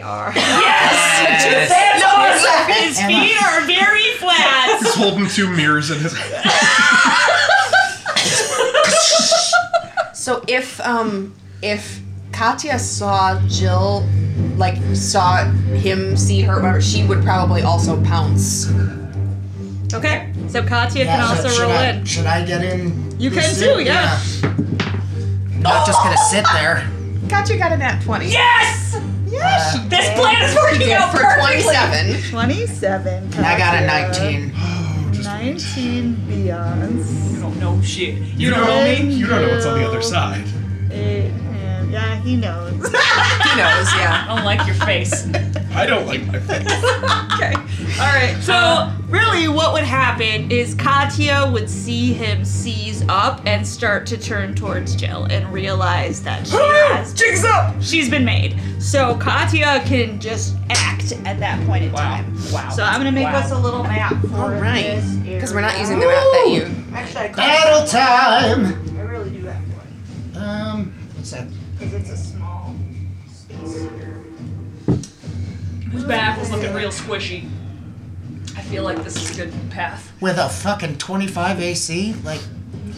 [SPEAKER 11] are.
[SPEAKER 7] His feet are very flat.
[SPEAKER 3] He's holding two mirrors in his hand.
[SPEAKER 4] So if um if Katya saw Jill, like saw him see her, whatever, she would probably also pounce.
[SPEAKER 12] Okay, so Katya can also
[SPEAKER 5] should,
[SPEAKER 12] roll
[SPEAKER 5] I,
[SPEAKER 12] in.
[SPEAKER 5] should I get in?
[SPEAKER 12] You
[SPEAKER 5] this
[SPEAKER 12] can
[SPEAKER 5] suit?
[SPEAKER 12] too, yeah.
[SPEAKER 5] I'm not just gonna sit there.
[SPEAKER 4] Katya got a nat twenty.
[SPEAKER 7] Yes!
[SPEAKER 5] Uh,
[SPEAKER 7] This plan is
[SPEAKER 4] She
[SPEAKER 7] working
[SPEAKER 4] did
[SPEAKER 7] out
[SPEAKER 4] for
[SPEAKER 7] perfectly.
[SPEAKER 4] twenty-seven.
[SPEAKER 2] 27.
[SPEAKER 5] and I got a
[SPEAKER 2] Katya.
[SPEAKER 5] 19.
[SPEAKER 2] 19 Beyonds.
[SPEAKER 7] You don't know Oh, shit. You don't know
[SPEAKER 3] know,
[SPEAKER 7] me.
[SPEAKER 3] you don't know what's on the other side.
[SPEAKER 2] Eight, and- yeah, he knows.
[SPEAKER 4] He knows, yeah.
[SPEAKER 7] I don't like your face.
[SPEAKER 3] I don't like my face.
[SPEAKER 12] Okay. All right. So really, what would happen is Katya would see him seize up and start to turn towards Jill and realize that she has jigs up. She's been made. So Katya can just act at that point in time.
[SPEAKER 7] Wow.
[SPEAKER 12] So I'm gonna make
[SPEAKER 7] Wow.
[SPEAKER 12] us a little map for
[SPEAKER 4] All right.
[SPEAKER 12] this
[SPEAKER 4] Because we're not using the map that you.
[SPEAKER 2] Actually, I,
[SPEAKER 5] Battle time!
[SPEAKER 2] I really do have one
[SPEAKER 5] Um, what's that?
[SPEAKER 2] because it's a small space here.
[SPEAKER 7] His back was looking real squishy. I feel like this is a good path.
[SPEAKER 5] With a fucking 25 AC? Like,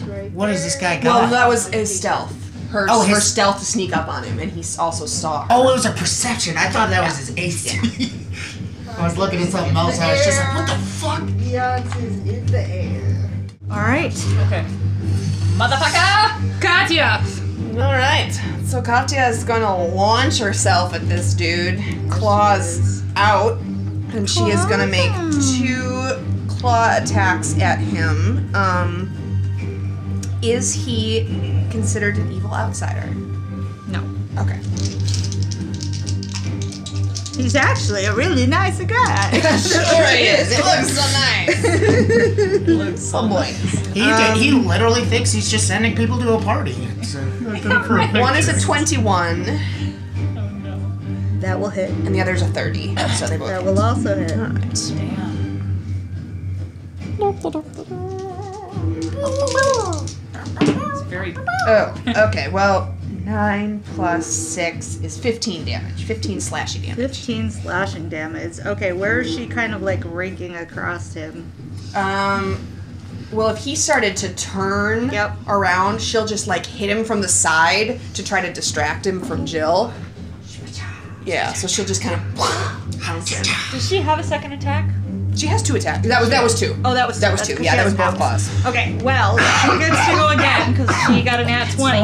[SPEAKER 2] right
[SPEAKER 5] what has this guy
[SPEAKER 4] Well,
[SPEAKER 5] got?
[SPEAKER 4] that was his stealth. Her,
[SPEAKER 5] Oh, his-
[SPEAKER 4] her stealth to sneak up on him, and he s- also saw. Her.
[SPEAKER 5] oh, it was a perception. I thought that was his AC. I was looking at something else. I was just like, what the fuck?
[SPEAKER 2] Beyonce is in the air.
[SPEAKER 11] All right.
[SPEAKER 7] Okay. Motherfucker!
[SPEAKER 12] Katya.
[SPEAKER 4] All right. So Katya is gonna launch herself at this dude, claws out, and she is gonna make two claw attacks at him. Um, is he considered an evil outsider?
[SPEAKER 11] No.
[SPEAKER 4] Okay.
[SPEAKER 11] He's actually a really nice guy.
[SPEAKER 4] Sure he is. It looks so nice. looks so nice.
[SPEAKER 5] He, did, he literally thinks he's just sending people to a party. So,
[SPEAKER 4] One is a 21,
[SPEAKER 2] That will hit.
[SPEAKER 4] and the other is a 30. So they both.
[SPEAKER 2] That will also hit.
[SPEAKER 7] It's very.
[SPEAKER 4] Oh, okay. Well, nine plus six is fifteen damage. Fifteen slashy damage.
[SPEAKER 2] 15 slashing damage. Okay, where is she kind of like raking across him?
[SPEAKER 4] Um, well, if he started to turn
[SPEAKER 2] Yep.
[SPEAKER 4] around, she'll just like hit him from the side to try to distract him from Jill. Yeah. So she'll just kind of pounce him.
[SPEAKER 12] Does she have a second attack?
[SPEAKER 4] She has two attacks. That was that was two.
[SPEAKER 12] Oh, that was
[SPEAKER 4] That was
[SPEAKER 12] that's
[SPEAKER 4] two.
[SPEAKER 12] 'cause
[SPEAKER 4] Yeah,
[SPEAKER 12] she
[SPEAKER 4] that was
[SPEAKER 12] has
[SPEAKER 4] both
[SPEAKER 12] both.
[SPEAKER 4] claws.
[SPEAKER 12] Okay, well, she gets to go again because she got an at 20.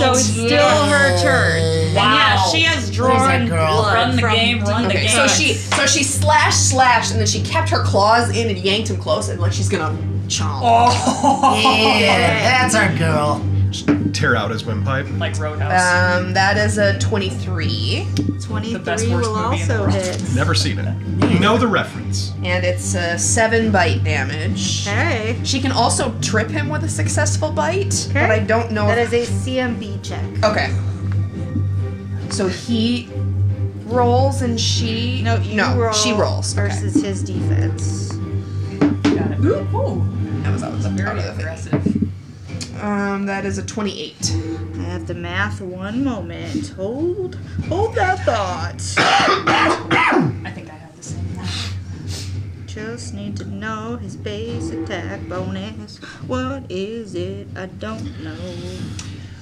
[SPEAKER 12] So it's still her turn. And yeah, she has drawn
[SPEAKER 5] girl?
[SPEAKER 12] blood
[SPEAKER 7] Run the
[SPEAKER 12] from
[SPEAKER 7] game, run the
[SPEAKER 4] Okay,
[SPEAKER 7] game.
[SPEAKER 4] so she so she slashed, slashed, and then she kept her claws in and yanked him close, and like she's gonna chomp.
[SPEAKER 7] Oh.
[SPEAKER 5] yeah, that's our girl.
[SPEAKER 3] Tear out his windpipe.
[SPEAKER 7] Like Roadhouse.
[SPEAKER 4] Um, that is a twenty-three.
[SPEAKER 2] 23
[SPEAKER 7] best worst
[SPEAKER 2] will
[SPEAKER 7] movie in the
[SPEAKER 2] also
[SPEAKER 7] world.
[SPEAKER 2] hit.
[SPEAKER 3] Never seen it. Know the reference.
[SPEAKER 4] and it's uh, seven bite damage.
[SPEAKER 2] Okay.
[SPEAKER 4] She can also trip him with a successful bite, but
[SPEAKER 2] Okay.
[SPEAKER 4] I don't know.
[SPEAKER 2] That
[SPEAKER 4] if-
[SPEAKER 2] is a CMB check.
[SPEAKER 4] okay. So he rolls and she no
[SPEAKER 2] You
[SPEAKER 4] no
[SPEAKER 2] roll
[SPEAKER 4] she rolls Okay.
[SPEAKER 2] Versus his defense.
[SPEAKER 7] Got it. Ooh,
[SPEAKER 4] That was out of the- out
[SPEAKER 7] very
[SPEAKER 4] of the thing.
[SPEAKER 7] aggressive.
[SPEAKER 4] Um, that is a twenty-eight.
[SPEAKER 2] I have to math one moment. Hold, hold that thought.
[SPEAKER 7] I think I have the same one.
[SPEAKER 2] Just need to know his base attack bonus. What is it? I don't know.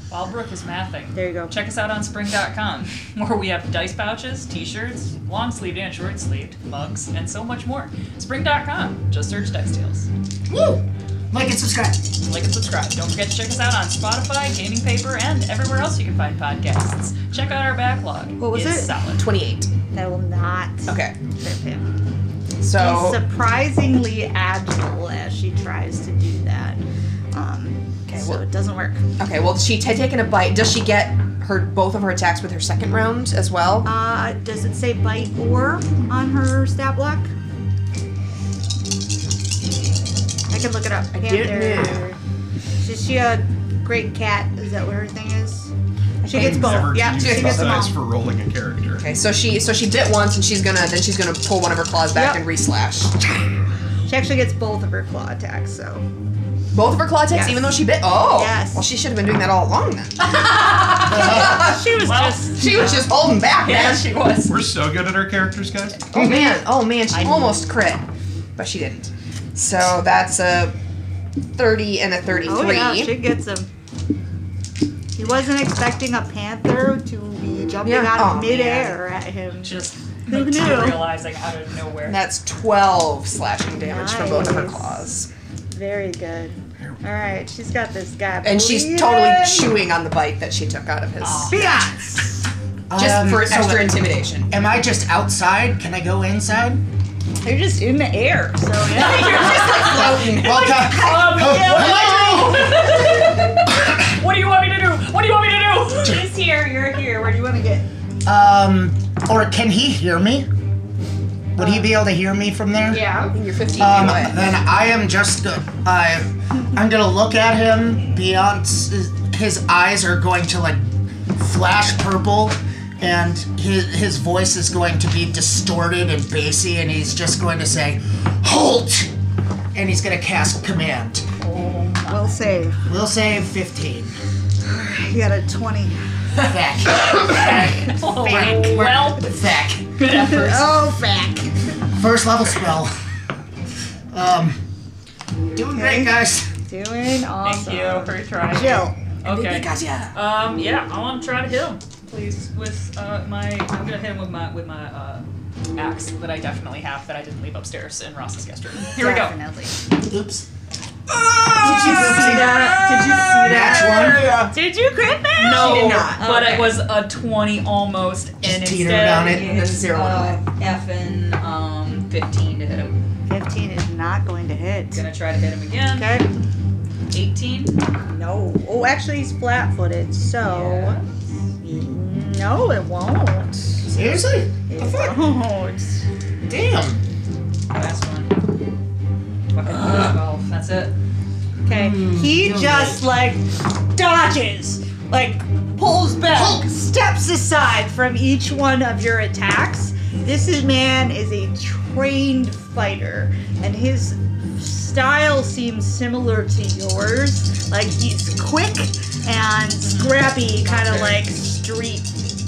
[SPEAKER 7] While Brooke is mathing,
[SPEAKER 2] There you go.
[SPEAKER 7] check us out on spring.com, where we have dice pouches, t shirts, long sleeved and short sleeved, mugs, and so much more. Spring.com, just search Dice Tales.
[SPEAKER 5] Woo! Like and subscribe.
[SPEAKER 7] Like and subscribe. Don't forget to check us out on Spotify, Gaming Paper, and everywhere else you can find podcasts. Check out our backlog.
[SPEAKER 2] What was
[SPEAKER 7] it's
[SPEAKER 2] it?
[SPEAKER 7] solid.
[SPEAKER 4] Twenty-eight.
[SPEAKER 2] That will not
[SPEAKER 4] Okay.
[SPEAKER 2] trip him.
[SPEAKER 4] So Oh.
[SPEAKER 2] She's surprisingly agile as she tries to do that. Um,
[SPEAKER 4] Okay,
[SPEAKER 2] so
[SPEAKER 4] well-
[SPEAKER 2] it doesn't work.
[SPEAKER 4] okay. Well, she had taken a bite. Does she get her both of her attacks with her second round as well?
[SPEAKER 2] Uh, does it say bite or on her stat block? I can look it up. I
[SPEAKER 5] didn't
[SPEAKER 2] Panther. Is she a great cat? Is that what her thing is? She gets
[SPEAKER 3] Never
[SPEAKER 2] both. Yeah,
[SPEAKER 3] use
[SPEAKER 2] she gets
[SPEAKER 3] those
[SPEAKER 2] them
[SPEAKER 3] dice
[SPEAKER 2] all.
[SPEAKER 3] for rolling a character.
[SPEAKER 4] Okay. So she so she bit once and she's gonna then she's gonna pull one of her claws back
[SPEAKER 2] Yep.
[SPEAKER 4] and reslash.
[SPEAKER 2] She actually gets both of her claw attacks, so.
[SPEAKER 4] Both of her claw attacks, even though she bit. Oh, yes. Well, she should have been doing that all along then. she was just. She was just holding back.
[SPEAKER 3] Yeah,
[SPEAKER 4] man. she was.
[SPEAKER 3] We're so good at our characters, guys.
[SPEAKER 4] Oh man. Oh man. She almost crit, but she didn't. So that's a thirty and a thirty-three.
[SPEAKER 11] Oh yeah, she gets him. He wasn't expecting a panther to be jumping
[SPEAKER 4] Yeah.
[SPEAKER 11] out
[SPEAKER 4] Oh,
[SPEAKER 11] of midair at him.
[SPEAKER 7] Just
[SPEAKER 11] who knew?
[SPEAKER 7] materializing out of nowhere.
[SPEAKER 4] That's twelve slashing damage from both of her
[SPEAKER 11] Nice.
[SPEAKER 4] claws,
[SPEAKER 11] Very good. All right, she's got this guy.
[SPEAKER 4] and she's totally chewing on the bite that she took out of his. Just
[SPEAKER 5] Um,
[SPEAKER 4] for
[SPEAKER 5] so
[SPEAKER 4] extra
[SPEAKER 5] like-
[SPEAKER 4] intimidation.
[SPEAKER 5] Am I just outside? Can I go inside?
[SPEAKER 11] You're just in the air, so yeah.
[SPEAKER 5] You're just like floating.
[SPEAKER 7] what do you want me to do? What do you want me to do?
[SPEAKER 12] She's here. You're here. Where do you want to get?
[SPEAKER 5] Um, or can he hear me? Would he be able to hear me from there?
[SPEAKER 12] Yeah.
[SPEAKER 4] You're 15
[SPEAKER 5] Um,
[SPEAKER 4] feet away.
[SPEAKER 5] then I am just go- I, I'm gonna look at him. Beyond s- his eyes are going to like flash purple, and his his voice is going to be distorted and bassy, and he's just going to say, "Halt!" and he's gonna cast command.
[SPEAKER 11] We'll save.
[SPEAKER 5] We'll save 15.
[SPEAKER 11] You got a 20.
[SPEAKER 5] Back. Back. Back. Oh, Well, back.
[SPEAKER 7] Good effort.
[SPEAKER 11] oh, back.
[SPEAKER 5] First level spell. Um, doing great, guys.
[SPEAKER 11] Doing awesome.
[SPEAKER 7] Thank you for trying.
[SPEAKER 11] Jill.
[SPEAKER 7] Okay.
[SPEAKER 5] Gotcha.
[SPEAKER 7] Um, yeah, I want to try to hit him, please, with uh, my. I'm gonna hit him with my with my uh, axe that I definitely have that I didn't leave upstairs in Ross's guest room. Here we go.
[SPEAKER 13] Definitely.
[SPEAKER 5] Oops. Ah!
[SPEAKER 13] Did you see that? Did you see
[SPEAKER 7] that?
[SPEAKER 13] one? Did you crit that?
[SPEAKER 7] No,
[SPEAKER 13] She did not.
[SPEAKER 7] but
[SPEAKER 13] Okay.
[SPEAKER 7] it was a 20 almost, and
[SPEAKER 5] Just teetered
[SPEAKER 7] instead
[SPEAKER 5] on it. And
[SPEAKER 7] it's
[SPEAKER 5] then zero
[SPEAKER 7] uh, effing um 15 to hit him.
[SPEAKER 11] 15 is not going to hit.
[SPEAKER 7] Gonna try to hit him again.
[SPEAKER 11] Okay.
[SPEAKER 7] 18.
[SPEAKER 11] No. Oh, actually, he's flat footed, so. No, it won't.
[SPEAKER 5] Seriously?
[SPEAKER 11] It won't.
[SPEAKER 5] Damn.
[SPEAKER 7] Last one. Fucking 12. That's it.
[SPEAKER 11] Okay. He just like dodges, like pulls back, steps aside from each one of your attacks. This is, man is a trained fighter, and his style seems similar to yours. Like he's quick and scrappy, kind of like street,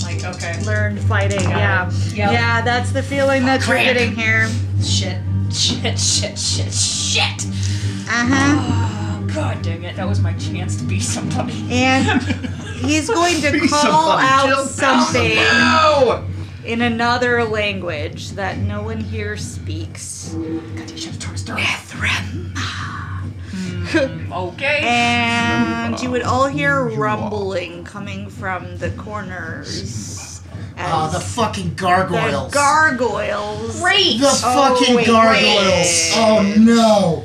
[SPEAKER 7] like okay,
[SPEAKER 11] learned fighting. yeah,
[SPEAKER 13] Yep.
[SPEAKER 11] yeah, that's the feeling that
[SPEAKER 13] Crap.
[SPEAKER 11] you're getting here.
[SPEAKER 7] Shit, shit, shit, shit, shit.
[SPEAKER 11] Uh huh.
[SPEAKER 7] Oh, God dang it. That was my chance to be somebody.
[SPEAKER 11] And he's going to
[SPEAKER 7] Be
[SPEAKER 11] call
[SPEAKER 7] somebody,
[SPEAKER 11] out
[SPEAKER 7] Jill.
[SPEAKER 11] something
[SPEAKER 7] No!
[SPEAKER 11] in another language that no one here speaks. Ethrim.
[SPEAKER 7] okay.
[SPEAKER 11] And you would all hear rumbling coming from the corners.
[SPEAKER 5] Oh,
[SPEAKER 11] as
[SPEAKER 5] the fucking gargoyles.
[SPEAKER 11] The gargoyles.
[SPEAKER 5] The
[SPEAKER 9] Oh,
[SPEAKER 5] fucking gargoyles. Oh no.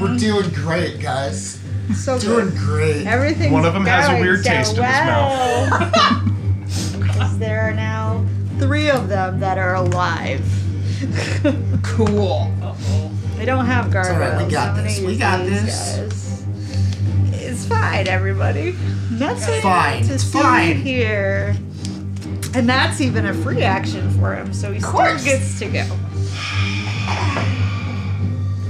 [SPEAKER 5] We're doing great, guys.
[SPEAKER 11] So
[SPEAKER 5] doing great.
[SPEAKER 11] Everything.
[SPEAKER 3] One of them has a weird taste in his
[SPEAKER 11] well. in his mouth. Because there are now three of them that are alive.
[SPEAKER 4] cool.
[SPEAKER 11] They don't have
[SPEAKER 5] It's all
[SPEAKER 11] gargoyles.
[SPEAKER 5] right, we got
[SPEAKER 11] I'm gonna
[SPEAKER 5] this. We
[SPEAKER 11] use
[SPEAKER 5] got
[SPEAKER 11] these
[SPEAKER 5] this.
[SPEAKER 11] guys. It's fine, everybody. Nothing
[SPEAKER 5] Fine,
[SPEAKER 11] to
[SPEAKER 5] it's
[SPEAKER 11] see
[SPEAKER 5] fine.
[SPEAKER 11] here. And that's even a free action for him, so he still gets to go.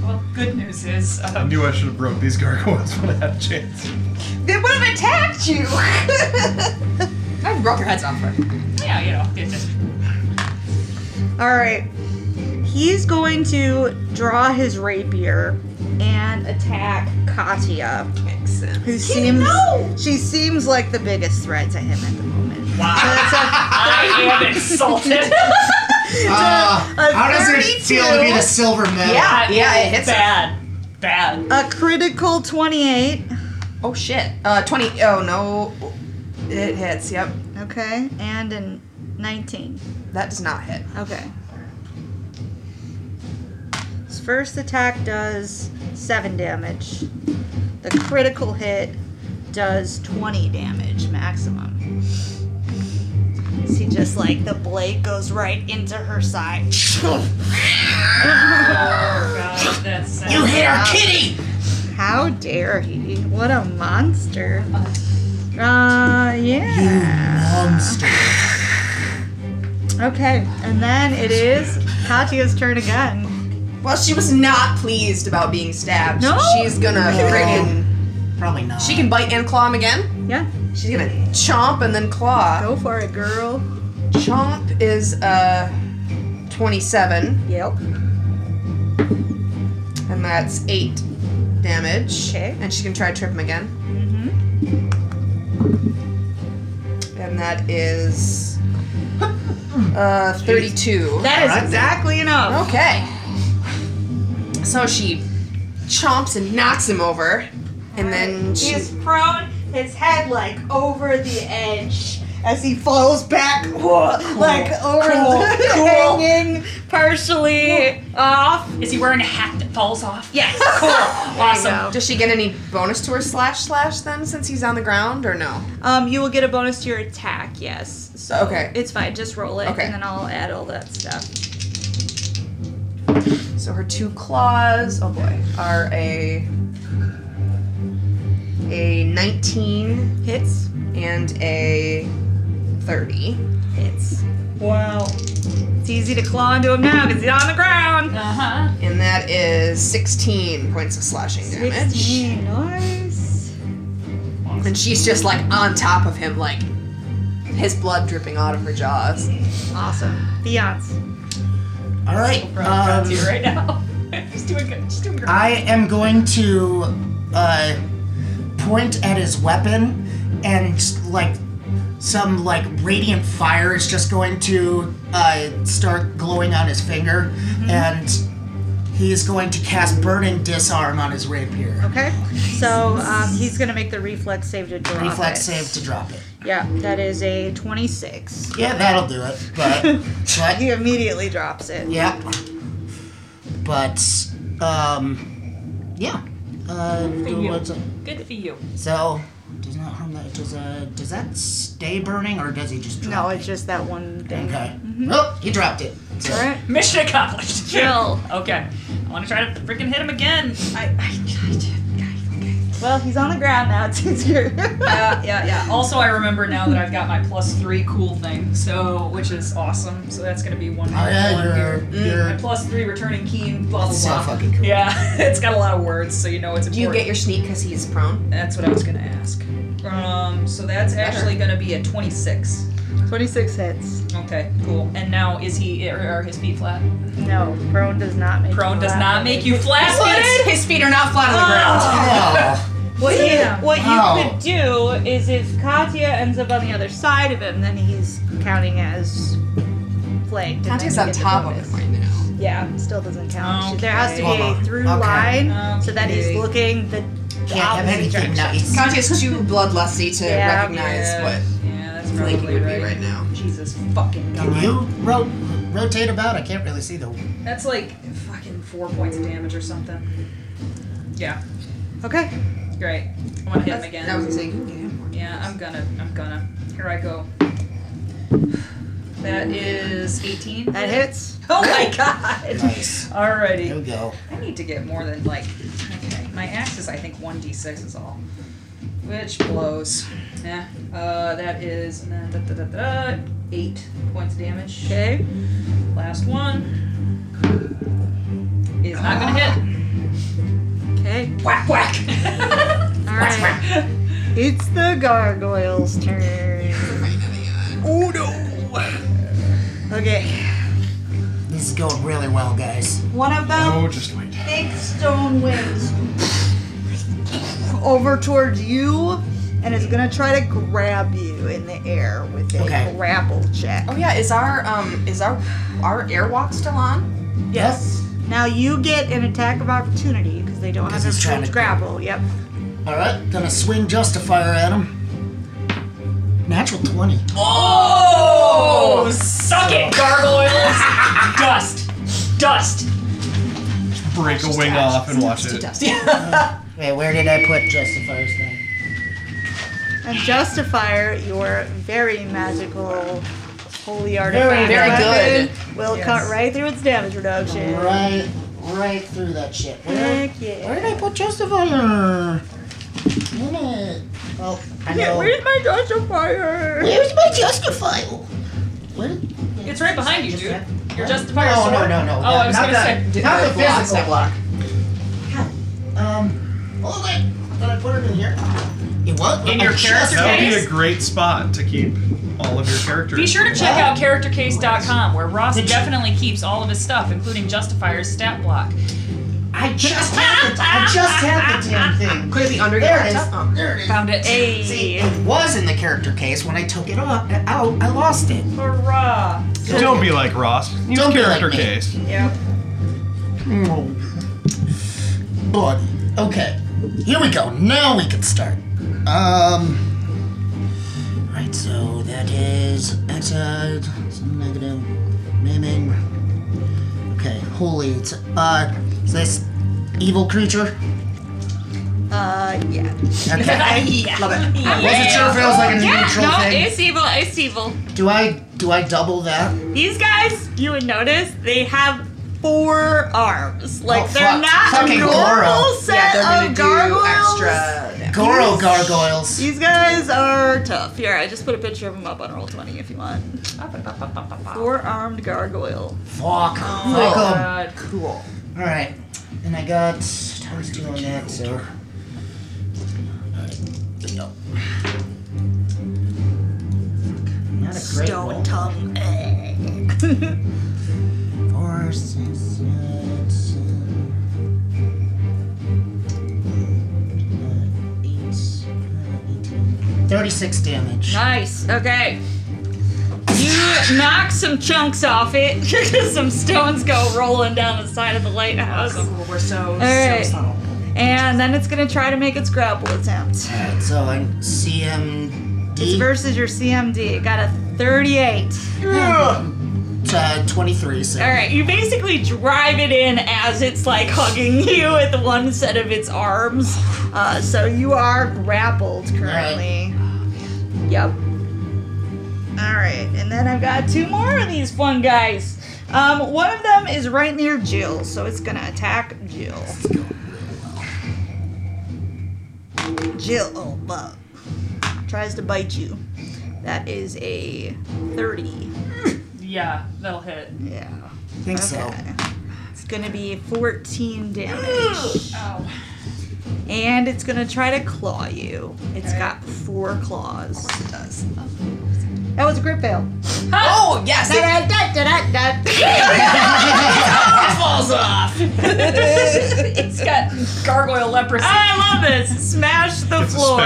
[SPEAKER 7] Well, good news is.
[SPEAKER 3] I
[SPEAKER 7] Um,
[SPEAKER 3] knew I should have broke these gargoyles when I had a chance.
[SPEAKER 4] They would have attacked you. I broke your heads off her.
[SPEAKER 7] yeah, you know. It's just,
[SPEAKER 11] All right. He's going to draw his rapier and attack Katya, who seems she seems like the biggest threat to him at the moment. Wow!
[SPEAKER 7] I am insulted.
[SPEAKER 5] Uh,
[SPEAKER 11] A
[SPEAKER 5] how does it feel to be the
[SPEAKER 11] 32?
[SPEAKER 5] silver medal?
[SPEAKER 11] Yeah, yeah, it hits
[SPEAKER 7] bad. Bad.
[SPEAKER 11] A critical 28.
[SPEAKER 4] Oh shit. Uh, 20. Oh no. It hits. Yep.
[SPEAKER 11] Okay, and a 19.
[SPEAKER 4] That does not hit.
[SPEAKER 11] Okay. His first attack does 7 damage. The critical hit does 20 damage maximum. See, just like the blade goes right into her side.
[SPEAKER 7] Oh, God, that's
[SPEAKER 5] uh,
[SPEAKER 7] sad.
[SPEAKER 11] You hit our
[SPEAKER 5] kitty!
[SPEAKER 11] How dare he? What a monster. Uh, yeah.
[SPEAKER 5] Monster.
[SPEAKER 11] Okay, and then it is Katya's turn again.
[SPEAKER 4] Well, she was not pleased about being stabbed. so
[SPEAKER 12] No?
[SPEAKER 4] she's gonna
[SPEAKER 12] No.
[SPEAKER 4] friggin'
[SPEAKER 5] Probably not.
[SPEAKER 4] She can bite and claw him again.
[SPEAKER 11] Yeah.
[SPEAKER 4] She's gonna chomp and then claw. Go
[SPEAKER 11] for it, girl.
[SPEAKER 4] Chomp is uh, 27.
[SPEAKER 11] Yep.
[SPEAKER 4] And that's eight damage. Okay. And she can try to trip him again. Mm-hmm. And that is uh, 32.
[SPEAKER 12] That is Alright. exactly enough.
[SPEAKER 4] Okay. So she chomps and knocks him over, and then
[SPEAKER 13] He
[SPEAKER 4] she
[SPEAKER 13] is prone, his head like over the edge as he falls back, like over the
[SPEAKER 12] Cool.
[SPEAKER 13] hanging
[SPEAKER 12] partially off. Is he wearing a hat that falls off? Yes. Cool. awesome.
[SPEAKER 4] Does she get any bonus to her slash slash then since he's on the ground or no?
[SPEAKER 12] Um, you will get a bonus to your attack. Yes. So
[SPEAKER 4] Okay.
[SPEAKER 12] It's fine. Just roll it,
[SPEAKER 4] Okay.
[SPEAKER 12] and then I'll add all that stuff.
[SPEAKER 4] So her two claws, oh boy, are a a 19 hits and a 30 hits.
[SPEAKER 12] Wow. It's easy to claw into him now because he's on the ground. Uh huh.
[SPEAKER 4] And that is 16 points of slashing damage.
[SPEAKER 12] 16,
[SPEAKER 11] nice.
[SPEAKER 4] And she's just like on top of him, like his blood dripping out of her jaws.
[SPEAKER 12] Awesome. Beyonce.
[SPEAKER 5] All right.
[SPEAKER 12] Proud
[SPEAKER 5] um,
[SPEAKER 12] of you right now. She's doing good. She's doing great.
[SPEAKER 5] I am going to uh, point at his weapon, and like some like radiant fire is just going to uh, start glowing on his finger,
[SPEAKER 12] Mm-hmm.
[SPEAKER 5] and he's going to cast burning disarm on his rapier.
[SPEAKER 11] Okay. So um, he's gonna make the reflex save to drop
[SPEAKER 5] Reflex
[SPEAKER 11] it.
[SPEAKER 5] save to drop it.
[SPEAKER 11] Yeah, that is a 26.
[SPEAKER 5] Yeah, that'll do it. But but
[SPEAKER 11] He immediately drops it.
[SPEAKER 5] yeah, but um, yeah. Uh,
[SPEAKER 7] Good for
[SPEAKER 5] do
[SPEAKER 7] you.
[SPEAKER 5] what's up?
[SPEAKER 7] Good for you.
[SPEAKER 5] So does not harm that. Does uh does that stay burning or does he just drop
[SPEAKER 11] No, Oh, it's just that one
[SPEAKER 5] it?
[SPEAKER 11] thing.
[SPEAKER 5] Okay.
[SPEAKER 7] Mm-hmm.
[SPEAKER 5] Oh, he dropped it. So-
[SPEAKER 7] Mission accomplished.
[SPEAKER 12] Jill.
[SPEAKER 7] okay. I want to try to freaking hit him again.
[SPEAKER 12] I, I, I
[SPEAKER 11] Well, he's on the ground now. It's easier.
[SPEAKER 7] yeah, yeah, yeah. Also, I remember now that I've got my plus three cool thing, so which is awesome. So that's gonna be one.
[SPEAKER 5] Oh, yeah,
[SPEAKER 7] one
[SPEAKER 5] you're-
[SPEAKER 7] here.
[SPEAKER 5] you're-
[SPEAKER 7] My plus three returning keen. Blah blah
[SPEAKER 5] That's so
[SPEAKER 7] blah.
[SPEAKER 5] fucking cool.
[SPEAKER 7] Yeah, it's got a lot of words, so you know it's important.
[SPEAKER 4] Do you get your sneak because he's prone?
[SPEAKER 7] That's what I was gonna ask. Um, so that's actually gonna be a twenty-six.
[SPEAKER 11] 26 hits.
[SPEAKER 7] Okay, cool. And now is he er, are are his feet flat?
[SPEAKER 11] No, prone does not make
[SPEAKER 7] Prone
[SPEAKER 11] you
[SPEAKER 7] does
[SPEAKER 11] flat.
[SPEAKER 7] not make you flat
[SPEAKER 4] His feet,
[SPEAKER 7] footed.
[SPEAKER 4] his feet are not flat on the ground.
[SPEAKER 5] Oh.
[SPEAKER 12] What you, what
[SPEAKER 5] Wow.
[SPEAKER 12] you could do is if Katya ends up on the other side of him, then he's
[SPEAKER 11] counting as flanked. and
[SPEAKER 12] Dante's
[SPEAKER 11] then
[SPEAKER 12] on
[SPEAKER 11] you get the
[SPEAKER 12] top of
[SPEAKER 11] bonus.
[SPEAKER 4] right now.
[SPEAKER 11] Yeah, still doesn't count.
[SPEAKER 12] Okay.
[SPEAKER 11] There has to be
[SPEAKER 4] Hold
[SPEAKER 11] a
[SPEAKER 4] on.
[SPEAKER 11] through
[SPEAKER 4] Okay.
[SPEAKER 11] line
[SPEAKER 7] Um,
[SPEAKER 11] so that he's
[SPEAKER 4] Okay.
[SPEAKER 11] looking the, the
[SPEAKER 4] Can't have
[SPEAKER 11] opposite
[SPEAKER 4] anything
[SPEAKER 11] direction.
[SPEAKER 4] nice. Katya's too bloodlusty to
[SPEAKER 11] Yeah.
[SPEAKER 4] recognize
[SPEAKER 11] Yeah.
[SPEAKER 4] what
[SPEAKER 7] Yeah, that's
[SPEAKER 4] Blinking
[SPEAKER 7] probably
[SPEAKER 4] would
[SPEAKER 7] right.
[SPEAKER 4] be right now.
[SPEAKER 7] Jesus fucking god.
[SPEAKER 5] Can you ro- rotate about? I can't really see the.
[SPEAKER 7] That's like fucking four points of damage or something. Yeah.
[SPEAKER 11] Okay.
[SPEAKER 7] Great. I'm gonna hit him
[SPEAKER 4] That's-
[SPEAKER 7] again.
[SPEAKER 4] that was insane. You can get him more.
[SPEAKER 7] Yeah, I'm gonna. I'm gonna. Here I go. That is 18.
[SPEAKER 11] That hits.
[SPEAKER 7] Oh my god.
[SPEAKER 5] Nice.
[SPEAKER 7] Alrighty.
[SPEAKER 5] There we go.
[SPEAKER 7] I need to get more than like. Okay. My axe is I think 1d6 is all, which blows. Yeah. Uh, that is uh, da, da, da, da, eight points of damage.
[SPEAKER 11] Okay.
[SPEAKER 7] Last one is not gonna hit.
[SPEAKER 11] Okay.
[SPEAKER 7] Whack whack.
[SPEAKER 11] All right. it's the gargoyle's turn.
[SPEAKER 5] Oh no!
[SPEAKER 11] Okay.
[SPEAKER 5] This is going really well, guys.
[SPEAKER 13] One of them
[SPEAKER 3] Oh,
[SPEAKER 5] just wait.
[SPEAKER 13] big stone wings.
[SPEAKER 11] Over towards you, and it's gonna try to grab you in the air with a
[SPEAKER 4] Okay.
[SPEAKER 11] grapple check.
[SPEAKER 4] Oh yeah, is our um is our our airwalk still on?
[SPEAKER 11] Yes. Now you get an attack of opportunity because they don't have
[SPEAKER 5] Because he's
[SPEAKER 11] a
[SPEAKER 5] trying to-
[SPEAKER 11] huge grapple. Yep.
[SPEAKER 5] All right, gonna swing Justifier at him. Natural twenty.
[SPEAKER 7] Oh! Suck it, gargoyles. dust. Dust.
[SPEAKER 3] Break a wing off and watch it.
[SPEAKER 5] Wait, where did I put Justifier's thing?
[SPEAKER 11] And Justifier, your very magical holy artifact.
[SPEAKER 5] Very, very
[SPEAKER 11] weapon
[SPEAKER 5] good.
[SPEAKER 11] Will
[SPEAKER 5] Yes.
[SPEAKER 11] cut right through its damage reduction.
[SPEAKER 5] Right, right through that shit. Where,
[SPEAKER 11] Heck yeah.
[SPEAKER 5] where did I put Justifier? Minute. Oh, I know.
[SPEAKER 11] Where's my Justifier?
[SPEAKER 5] Where's my Justifier? Where did
[SPEAKER 7] It's right behind you, dude. You're just a fire sword.
[SPEAKER 5] No, no, no, no.
[SPEAKER 7] Oh, I was
[SPEAKER 5] Not
[SPEAKER 7] gonna
[SPEAKER 5] the-
[SPEAKER 7] say.
[SPEAKER 5] not the
[SPEAKER 7] block.
[SPEAKER 5] physical block. Um, hold it. Did I put it in here? It was
[SPEAKER 3] In your character That would be
[SPEAKER 7] case?
[SPEAKER 3] a great spot to keep all of your characters.
[SPEAKER 7] Be sure to check out charactercase.com where Ross definitely keeps all of his stuff, including Justifier's stat block.
[SPEAKER 5] I just had the, I just had the damn thing. Could it be under there
[SPEAKER 7] your
[SPEAKER 5] it is.
[SPEAKER 7] laptop?
[SPEAKER 5] There it is.
[SPEAKER 7] Found it. Hey.
[SPEAKER 5] See, it was in the character case when I took it off, out. I lost it.
[SPEAKER 7] Hurrah!
[SPEAKER 3] Don't be like Ross. Use
[SPEAKER 5] Don't be like
[SPEAKER 3] character
[SPEAKER 5] me.
[SPEAKER 3] case.
[SPEAKER 4] Yep.
[SPEAKER 5] No. But Hmm. okay, here we go. Now we can start. Um. Right, so that is exit, some negative, naming. Okay, holy. It's, uh, is this evil creature?
[SPEAKER 11] Uh, yeah.
[SPEAKER 5] Okay.
[SPEAKER 2] Yeah.
[SPEAKER 5] Love it. I wasn't sure if it was like a
[SPEAKER 2] yeah,
[SPEAKER 5] neutral
[SPEAKER 2] no,
[SPEAKER 5] thing.
[SPEAKER 2] it's evil. It's evil.
[SPEAKER 5] Do I do I double that?
[SPEAKER 2] These guys, you would notice, they have four arms. Like
[SPEAKER 5] Oh,
[SPEAKER 2] they're
[SPEAKER 5] fuck.
[SPEAKER 2] not
[SPEAKER 5] Fucking
[SPEAKER 2] a
[SPEAKER 5] Goro.
[SPEAKER 2] normal
[SPEAKER 5] Yeah,
[SPEAKER 2] set
[SPEAKER 5] they're gonna
[SPEAKER 2] of
[SPEAKER 5] do
[SPEAKER 2] gargoyles.
[SPEAKER 4] extra-
[SPEAKER 5] Goro gargoyles.
[SPEAKER 2] These guys are tough. Here, I just put a picture of them up on roll twenty if you want. Four armed gargoyle.
[SPEAKER 5] Fuck.
[SPEAKER 2] Oh
[SPEAKER 5] Fuck 'em.
[SPEAKER 2] god, cool.
[SPEAKER 5] All right, and I got. I was doing that, so. All right, yep. Not a great
[SPEAKER 11] Stone
[SPEAKER 5] roll.
[SPEAKER 11] tongue.
[SPEAKER 5] Four, six, seven, seven, eight, uh, eighteen. Thirty-six damage.
[SPEAKER 2] Nice. Okay. You knock some chunks off it. some stones go rolling down the side of the lighthouse.
[SPEAKER 7] Cool, we're so,
[SPEAKER 2] All right.
[SPEAKER 7] so subtle.
[SPEAKER 2] And then it's gonna try to make its grapple attempt.
[SPEAKER 5] All right, so I CMD.
[SPEAKER 2] It's versus your CMD. It got a 38.
[SPEAKER 5] Uh, twenty-three. So.
[SPEAKER 2] All right, you basically drive it in as it's like hugging you with one set of its arms. Uh, so you are grappled currently. Yep. All right, and then I've got two more of these fun guys. Um, one of them is right near Jill, so it's gonna attack Jill. Jill, oh, bug. Tries to bite you. That is a 30.
[SPEAKER 7] Yeah, that'll hit.
[SPEAKER 2] Yeah.
[SPEAKER 5] Think so.
[SPEAKER 2] It's gonna be 14 damage. And it's gonna try to claw you. It's got four claws. it does. That was a grip fail.
[SPEAKER 4] Oh, yes.
[SPEAKER 2] falls off. it's got gargoyle leprosy. I love this. Smash the floor.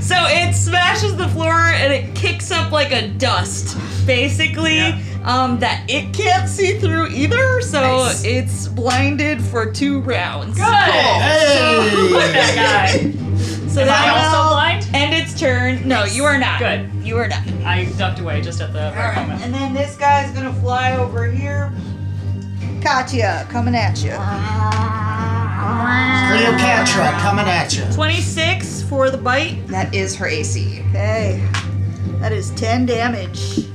[SPEAKER 2] so it smashes the floor and it kicks up like a dust, basically. Um, that it can't see through either, so it's blinded for two rounds. Good.
[SPEAKER 5] Hey.
[SPEAKER 7] that guy.
[SPEAKER 2] So
[SPEAKER 7] Am I
[SPEAKER 2] that
[SPEAKER 7] also
[SPEAKER 2] will
[SPEAKER 7] blind?
[SPEAKER 2] end its turn. No, you are not.
[SPEAKER 7] Good.
[SPEAKER 2] You are not.
[SPEAKER 7] I ducked away just at the right moment.
[SPEAKER 2] And then this guy's gonna fly over here.
[SPEAKER 11] Katya, coming at you.
[SPEAKER 5] Cleopatra coming at you.
[SPEAKER 2] 26 for the bite.
[SPEAKER 4] That is her AC.
[SPEAKER 11] Okay. That is 10 damage.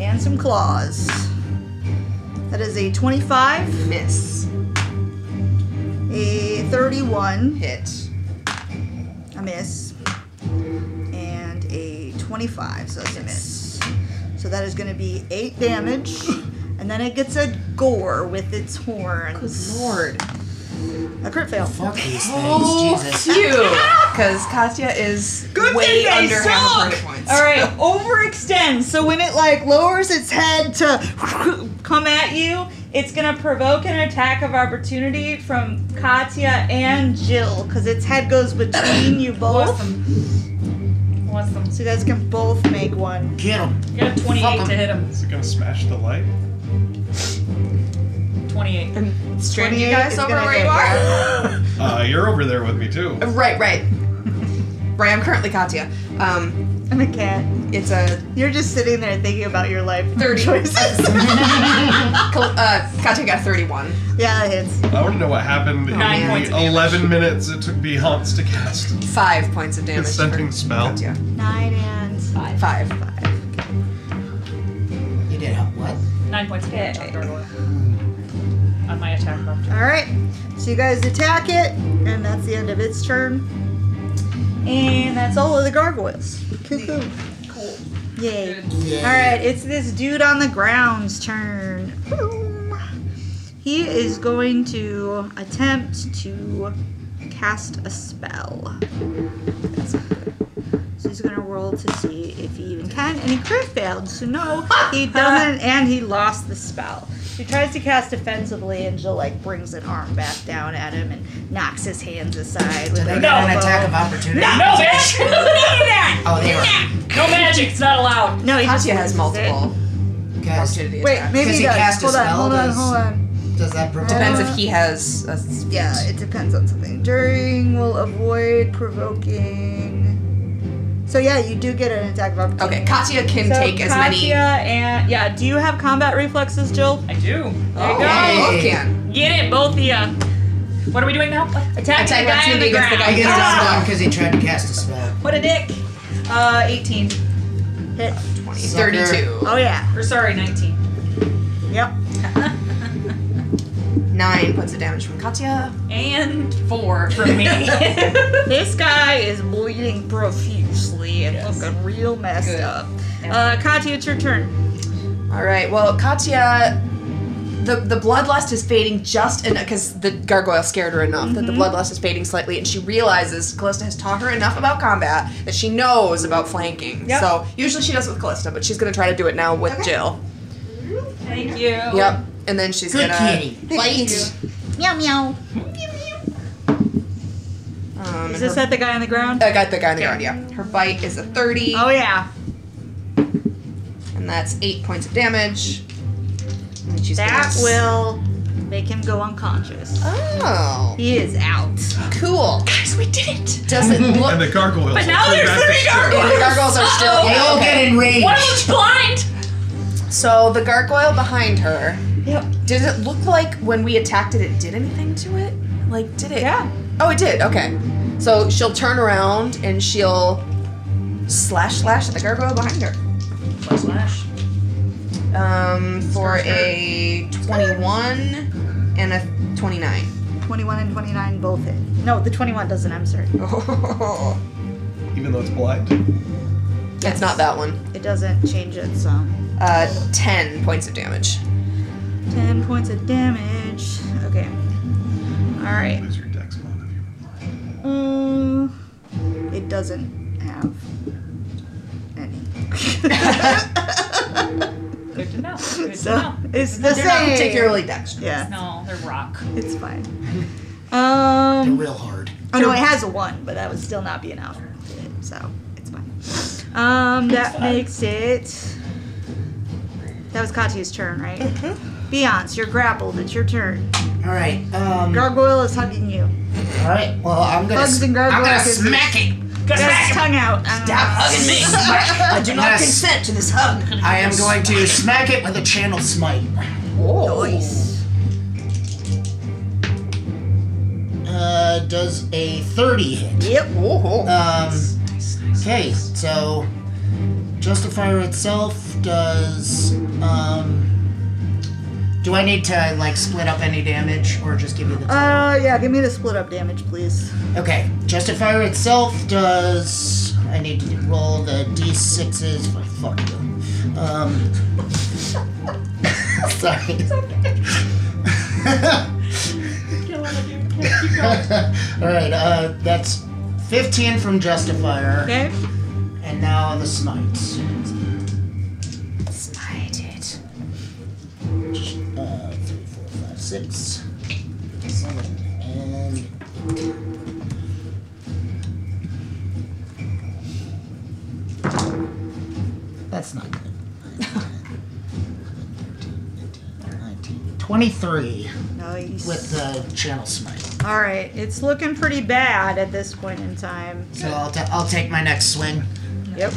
[SPEAKER 11] And some claws. That is a 25,
[SPEAKER 4] Miss.
[SPEAKER 11] a 31.
[SPEAKER 4] Hit.
[SPEAKER 11] A miss. And a 25, so that's a miss. So that is going to be 8 damage. And then it gets a gore with its horns.
[SPEAKER 4] Lord.
[SPEAKER 11] A crit fail.
[SPEAKER 5] Fuck these things,
[SPEAKER 11] Oh,
[SPEAKER 5] Jesus.
[SPEAKER 4] Phew. Because Katya is
[SPEAKER 2] Good
[SPEAKER 4] way
[SPEAKER 2] thing they
[SPEAKER 4] under half of her
[SPEAKER 2] suck.
[SPEAKER 4] hit points.
[SPEAKER 2] All right, overextend. So when it like lowers its head to come at you, it's gonna provoke an attack of opportunity from Katya and Jill because its head goes between you both.
[SPEAKER 7] Bless them.
[SPEAKER 11] So you guys can both make one.
[SPEAKER 5] Get him.
[SPEAKER 7] You got a 28 to hit him.
[SPEAKER 3] Is it gonna smash the light?
[SPEAKER 7] 28.
[SPEAKER 4] Strand you
[SPEAKER 11] 28
[SPEAKER 4] guys
[SPEAKER 11] is
[SPEAKER 4] over
[SPEAKER 11] gonna
[SPEAKER 4] where you
[SPEAKER 11] hit.
[SPEAKER 4] are?
[SPEAKER 3] Uh, you're over there with me too.
[SPEAKER 4] right, right. Right, I'm currently Katya. Um,
[SPEAKER 11] I'm a cat.
[SPEAKER 4] it's a
[SPEAKER 11] You're just sitting there thinking about your life
[SPEAKER 4] 30.
[SPEAKER 11] choices.
[SPEAKER 4] Col- uh, Katya got 31.
[SPEAKER 11] yeah, it hits.
[SPEAKER 3] I want to know what happened in
[SPEAKER 7] Nine
[SPEAKER 3] the
[SPEAKER 7] points of
[SPEAKER 3] 11 minutes it took Behance to cast
[SPEAKER 4] Five points of damage.
[SPEAKER 3] his scenting spell.
[SPEAKER 4] Katya.
[SPEAKER 11] Nine and five.
[SPEAKER 4] Five.
[SPEAKER 5] You did help. What?
[SPEAKER 7] Nine points of damage on gargoyle. On my attack of opportunity.
[SPEAKER 11] All right. So you guys attack it, and that's the end of its turn. And that's all of the gargoyles. Cuckoo. Yay.
[SPEAKER 14] Yay.
[SPEAKER 11] Alright, it's this dude on the ground's turn. He is going to attempt to cast a spell. So he's gonna roll to see if he even can, and he crit failed. So no, he doesn't, and he lost the spell. He tries to cast defensively, and Jill like brings an arm back down at him and knocks his hands aside. With
[SPEAKER 5] Did I
[SPEAKER 11] an
[SPEAKER 5] get an
[SPEAKER 11] elbow.
[SPEAKER 5] attack of opportunity?
[SPEAKER 11] No,
[SPEAKER 5] No,
[SPEAKER 11] bitch!
[SPEAKER 5] bitch!
[SPEAKER 11] None of that!
[SPEAKER 5] Oh, they were.
[SPEAKER 7] No magic. It's not allowed.
[SPEAKER 11] No, he just
[SPEAKER 9] Katya has
[SPEAKER 11] loses it.
[SPEAKER 9] multiple. opportunity
[SPEAKER 11] Wait,
[SPEAKER 9] attacks.
[SPEAKER 11] maybe
[SPEAKER 9] Does
[SPEAKER 11] he
[SPEAKER 9] he
[SPEAKER 11] does.
[SPEAKER 9] cast a
[SPEAKER 11] hold on,
[SPEAKER 9] spell?
[SPEAKER 11] hold on,
[SPEAKER 9] Does-
[SPEAKER 11] hold on.
[SPEAKER 9] Does that
[SPEAKER 11] prevent-
[SPEAKER 9] Depends if he has a.
[SPEAKER 11] Yeah, it depends on something. During will avoid provoking. So yeah, you do get an attack of opportunity.
[SPEAKER 9] Okay, Katya can
[SPEAKER 11] So
[SPEAKER 9] take as many-
[SPEAKER 11] Katya and yeah, do you have combat reflexes, Jill?
[SPEAKER 7] I do.
[SPEAKER 9] There you go. Oh, both can.
[SPEAKER 7] Get it, both of you. What are we doing now? Attack, the guy on the ground.
[SPEAKER 5] Against
[SPEAKER 7] Ah!
[SPEAKER 5] the spell because he tried to cast a spell.
[SPEAKER 7] What a dick. Uh, 18.
[SPEAKER 11] Hit.
[SPEAKER 7] 20.
[SPEAKER 5] Sucker. 32.
[SPEAKER 11] Oh, yeah.
[SPEAKER 7] Or sorry, 19.
[SPEAKER 11] Yep.
[SPEAKER 9] Nine points of damage from Katya.
[SPEAKER 7] And four from me.
[SPEAKER 11] this guy is bleeding profusely and looking real messed up. Uh, Katya, it's your turn.
[SPEAKER 9] All right. Well, Katya, the the bloodlust is fading just enough because the gargoyle scared her enough that the
[SPEAKER 11] Mm-hmm.
[SPEAKER 9] bloodlust is fading slightly, and she realizes Callista has taught her enough about combat that she knows about flanking. So usually she does it with Callista, but she's gonna try to do it now with Jill.
[SPEAKER 7] Thank you.
[SPEAKER 9] Yep. And then she's
[SPEAKER 7] Good
[SPEAKER 9] gonna
[SPEAKER 7] kitty.
[SPEAKER 9] bite.
[SPEAKER 11] Meow meow.
[SPEAKER 9] Um,
[SPEAKER 11] Is this at the guy on the ground?
[SPEAKER 9] I got the guy on the ground. Yeah. Her bite is a thirty. Oh
[SPEAKER 11] yeah.
[SPEAKER 9] And that's eight points of damage. And she's
[SPEAKER 11] That
[SPEAKER 9] gonna-
[SPEAKER 11] will make him go unconscious.
[SPEAKER 9] Oh.
[SPEAKER 11] He is out.
[SPEAKER 9] Cool. Guys, we did it. Does it look?
[SPEAKER 3] and the gargoyles.
[SPEAKER 9] But now
[SPEAKER 3] will
[SPEAKER 9] there's
[SPEAKER 3] back
[SPEAKER 9] three
[SPEAKER 3] to Jill.
[SPEAKER 9] gargoyles. Yeah, the gargoyles are still- Uh-oh.
[SPEAKER 11] Oh.
[SPEAKER 9] They all get enraged. One of them's
[SPEAKER 7] blind.
[SPEAKER 9] So the gargoyle behind her. Yep. Did it look like when we attacked it, it did anything to it? Like, did it? Yeah. Oh, it did. Okay. So she'll turn around and she'll slash slash at the gargoyle behind her.
[SPEAKER 7] Slash slash.
[SPEAKER 9] Um, for a twenty-one and a twenty-nine.
[SPEAKER 11] 21 and 29 both hit. No, the 21 doesn't, I'm sorry.
[SPEAKER 9] Oh.
[SPEAKER 3] Even though it's blind.
[SPEAKER 9] It's not that one.
[SPEAKER 11] It doesn't change it, so.
[SPEAKER 9] Uh, ten points of damage.
[SPEAKER 11] 10 points of damage. Okay. Alright.
[SPEAKER 3] Lose your dex mod.
[SPEAKER 11] Mm, it doesn't have any.
[SPEAKER 7] Good to know. Good
[SPEAKER 11] So,
[SPEAKER 7] to know.
[SPEAKER 11] it's the
[SPEAKER 9] They're not
[SPEAKER 11] same.
[SPEAKER 9] particularly dexterous.
[SPEAKER 11] Yeah.
[SPEAKER 7] No, they're rock.
[SPEAKER 11] It's fine. Um,
[SPEAKER 5] Real hard.
[SPEAKER 11] oh no, it has a one, but that would still not be enough. So it's fine. Um, that makes it. That was Katya's turn, right? Beyonce, you're grappled. It's your turn.
[SPEAKER 5] All right. Um,
[SPEAKER 11] Gargoyle is hugging you.
[SPEAKER 5] All right. Well, I'm gonna.
[SPEAKER 11] Hugs
[SPEAKER 5] s-
[SPEAKER 11] and
[SPEAKER 5] I'm
[SPEAKER 11] gargoyles.
[SPEAKER 5] gonna smack it.
[SPEAKER 11] Got his tongue out. Stop
[SPEAKER 5] hugging me. I do not consent
[SPEAKER 11] to this hug.
[SPEAKER 5] I am going to smack it with a channel smite.
[SPEAKER 9] Oh.
[SPEAKER 11] Nice.
[SPEAKER 5] Uh, does a 30 hit?
[SPEAKER 11] Yep.
[SPEAKER 5] Um, okay, so Justifier itself does. Um, do I need to like split up any damage or just give you the
[SPEAKER 11] Uh, yeah, give me the split up damage, please.
[SPEAKER 5] Okay, Justifier itself does. I need to roll the d6s. Oh, fuck you. Um, sorry. Alright, uh, that's 15 from Justifier.
[SPEAKER 11] Okay.
[SPEAKER 5] And now the smite.
[SPEAKER 9] Smite it.
[SPEAKER 5] Uh, three, four, five, six, seven, and eight. That's not good. 19, 23
[SPEAKER 11] Nice.
[SPEAKER 5] with the channel smite.
[SPEAKER 11] All right, it's looking pretty bad at this point in time.
[SPEAKER 5] So I'll, ta- I'll take my next swing.
[SPEAKER 11] Yep.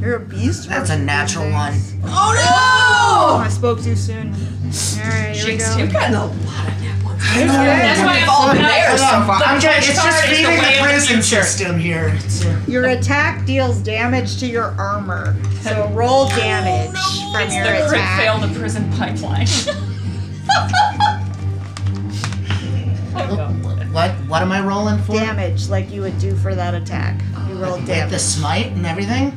[SPEAKER 11] You're a beast.
[SPEAKER 5] That's a natural one.
[SPEAKER 11] Oh no! I spoke too soon. All right, here we
[SPEAKER 9] Jinxed
[SPEAKER 11] go.
[SPEAKER 9] him. Gotten a lot
[SPEAKER 5] I know.
[SPEAKER 11] That's why I'm
[SPEAKER 5] All
[SPEAKER 11] so
[SPEAKER 5] embarrassed
[SPEAKER 11] mad.
[SPEAKER 5] so far.
[SPEAKER 11] The
[SPEAKER 5] I'm just,
[SPEAKER 11] punch
[SPEAKER 5] it's
[SPEAKER 11] card
[SPEAKER 5] just
[SPEAKER 11] is the
[SPEAKER 5] leaving
[SPEAKER 11] way
[SPEAKER 5] the
[SPEAKER 11] of the
[SPEAKER 5] prison system here. It's, uh,
[SPEAKER 11] Your attack deals damage to your armor, so roll damage from
[SPEAKER 7] It's
[SPEAKER 11] your
[SPEAKER 7] the crit
[SPEAKER 11] attack.
[SPEAKER 7] fail the prison pipeline.
[SPEAKER 5] What? What am I rolling for?
[SPEAKER 11] Damage, like you would do for that attack. you roll damage.
[SPEAKER 5] Like the smite and everything?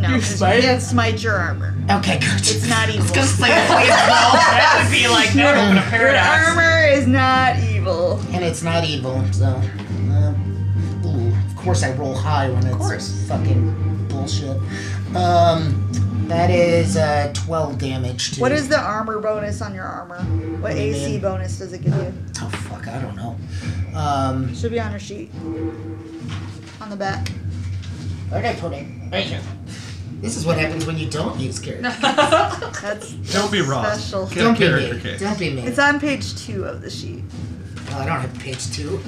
[SPEAKER 11] No,
[SPEAKER 5] You
[SPEAKER 11] 'cause
[SPEAKER 5] smite?
[SPEAKER 11] can't smite your armor.
[SPEAKER 5] Okay, good.
[SPEAKER 11] Mm. It's not evil.
[SPEAKER 5] Just like, please, no, that would be like, that would open a paradox.
[SPEAKER 11] Your armor is not evil.
[SPEAKER 5] And it's not evil, so. Uh, ooh, of course I roll high when it's fucking bullshit. Um, that is uh, 12 damage to.
[SPEAKER 11] What is the armor bonus on your armor? What
[SPEAKER 5] Oh,
[SPEAKER 11] AC
[SPEAKER 5] man.
[SPEAKER 11] bonus does it give you?
[SPEAKER 5] Oh, fuck, I don't know. Um,
[SPEAKER 11] Should be on her sheet. On the back.
[SPEAKER 5] where did I put it? Right here. This is what happens when you don't use character.
[SPEAKER 11] That's
[SPEAKER 3] Don't be wrong.
[SPEAKER 11] Special.
[SPEAKER 3] Get
[SPEAKER 5] Don't be
[SPEAKER 3] character
[SPEAKER 5] me.
[SPEAKER 3] case.
[SPEAKER 5] Don't be me.
[SPEAKER 11] It's on page two of the sheet.
[SPEAKER 5] Well, I don't have page two.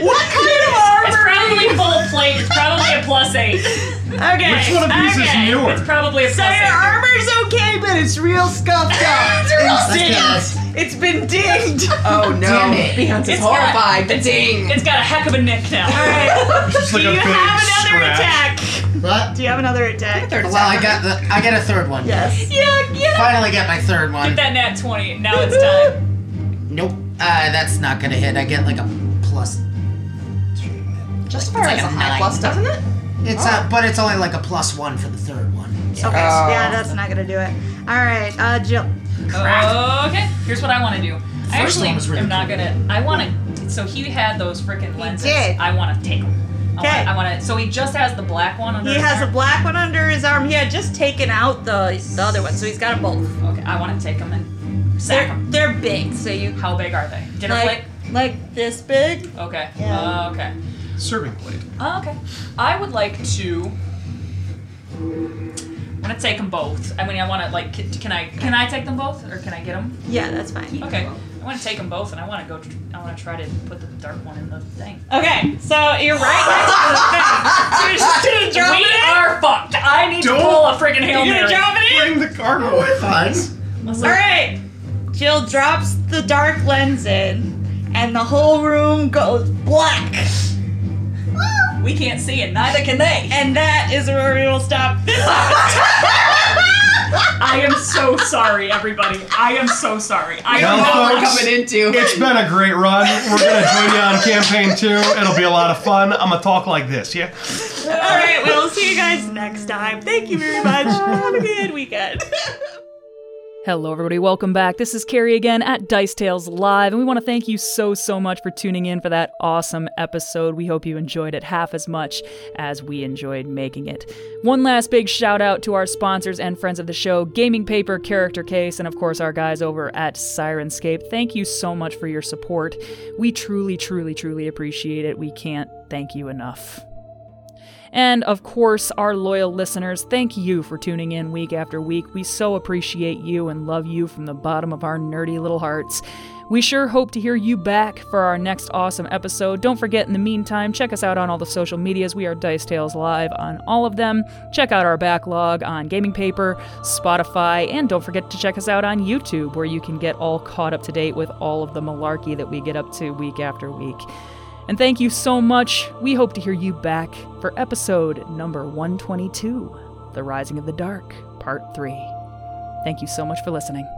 [SPEAKER 13] what kind of armor? It's probably full plate. It's probably a plus eight. Okay.
[SPEAKER 3] Which one of these is
[SPEAKER 13] okay.
[SPEAKER 3] newer?
[SPEAKER 13] It's probably a plus
[SPEAKER 11] So
[SPEAKER 13] eight.
[SPEAKER 11] your armor's okay, but it's real scuffed up.
[SPEAKER 13] It's real dinged.
[SPEAKER 11] And dinged. It's been dinged.
[SPEAKER 4] Oh no.
[SPEAKER 11] Damn it.
[SPEAKER 4] Beyonce's
[SPEAKER 13] It's got-
[SPEAKER 4] horrified. The ding.
[SPEAKER 13] It's got a heck of a nick now.
[SPEAKER 3] Just like
[SPEAKER 13] Do
[SPEAKER 3] a
[SPEAKER 13] you
[SPEAKER 3] big
[SPEAKER 13] have another
[SPEAKER 3] scratch.
[SPEAKER 13] attack?
[SPEAKER 5] What?
[SPEAKER 11] Do you have another attack?
[SPEAKER 5] Well, I got the I got a third one.
[SPEAKER 11] Yes.
[SPEAKER 13] Yeah, yeah.
[SPEAKER 5] Finally got my third one.
[SPEAKER 13] Get that nat 20. Now it's time.
[SPEAKER 5] Nope. Uh, that's not gonna hit. I get like a plus.
[SPEAKER 4] Just far
[SPEAKER 5] like
[SPEAKER 4] as a
[SPEAKER 5] a
[SPEAKER 4] high
[SPEAKER 5] nine.
[SPEAKER 4] plus, doesn't it?
[SPEAKER 5] It's
[SPEAKER 13] Oh.
[SPEAKER 5] uh, but it's only like a plus one for the third one.
[SPEAKER 11] Okay, so yeah, that's not gonna do it. All right, uh, Jill.
[SPEAKER 7] Okay, here's what I want to do. I
[SPEAKER 5] First
[SPEAKER 7] actually
[SPEAKER 5] one was really
[SPEAKER 7] am not gonna. I want to. So he had those freaking lenses.
[SPEAKER 11] did.
[SPEAKER 7] I want to take them.
[SPEAKER 11] Okay.
[SPEAKER 7] I want to. So he just has the black one under.
[SPEAKER 11] He
[SPEAKER 7] his
[SPEAKER 11] has a
[SPEAKER 7] arm.
[SPEAKER 11] black one under his arm. He had just taken out the the other one, so he's got them both.
[SPEAKER 7] Okay, I want to take them and sack
[SPEAKER 11] They're,
[SPEAKER 7] them.
[SPEAKER 11] they're big, so you
[SPEAKER 7] How big are they? Dinner
[SPEAKER 11] like like this big.
[SPEAKER 7] plate. Okay.
[SPEAKER 11] Yeah.
[SPEAKER 7] Uh, okay.
[SPEAKER 3] Serving plate.
[SPEAKER 7] Oh, okay. I would like to. I'm gonna take them both. I mean, I want to like. Can, can I? Can I take them both, or can I get them?
[SPEAKER 11] Yeah, that's fine.
[SPEAKER 7] Okay. I want to take them both, and I want to go. Tr- I want to try to put the dark one in the thing.
[SPEAKER 13] Okay, so you're right next to the thing. So you're just gonna drop
[SPEAKER 7] we
[SPEAKER 13] it in?
[SPEAKER 7] are fucked. I need
[SPEAKER 3] Don't-
[SPEAKER 7] to pull a freaking hail
[SPEAKER 13] You're gonna
[SPEAKER 7] mary.
[SPEAKER 13] drop it in?
[SPEAKER 3] Bring the cargo with us.
[SPEAKER 13] All right.
[SPEAKER 11] Jill drops the dark lens in, and the whole room goes black.
[SPEAKER 7] We can't see, and neither can they.
[SPEAKER 11] And that is where we will stop this episode.
[SPEAKER 7] I am so sorry, everybody. I am so sorry. I
[SPEAKER 3] No,
[SPEAKER 7] don't know what
[SPEAKER 3] folks.
[SPEAKER 7] I'm coming into.
[SPEAKER 3] It's been a great run. We're gonna join you on campaign two. It'll be a lot of fun. I'm gonna talk like this, yeah?
[SPEAKER 11] All right, we'll see you guys next time. Thank you very much. Have a good weekend.
[SPEAKER 1] Hello, everybody. Welcome back. This is Carrie again at Dice Tales Live, and we want to thank you so, so much for tuning in for that awesome episode. We hope you enjoyed it half as much as we enjoyed making it. One last big shout out to our sponsors and friends of the show Gaming Paper, Character Case, and of course our guys over at Sirenscape. Thank you so much for your support. We truly, truly, truly appreciate it. We can't thank you enough. And of course, our loyal listeners, thank you for tuning in week after week. We so appreciate you and love you from the bottom of our nerdy little hearts. We sure hope to hear you back for our next awesome episode. Don't forget, in the meantime, check us out on all the social medias. We are Dice Tales Live on all of them. Check out our backlog on Gaming Paper, Spotify, and don't forget to check us out on YouTube, where you can get all caught up to date with all of the malarkey that we get up to week after week. And thank you so much. We hope to hear you back for episode number 122 The Rising of the Dark, Part 3. Thank you so much for listening.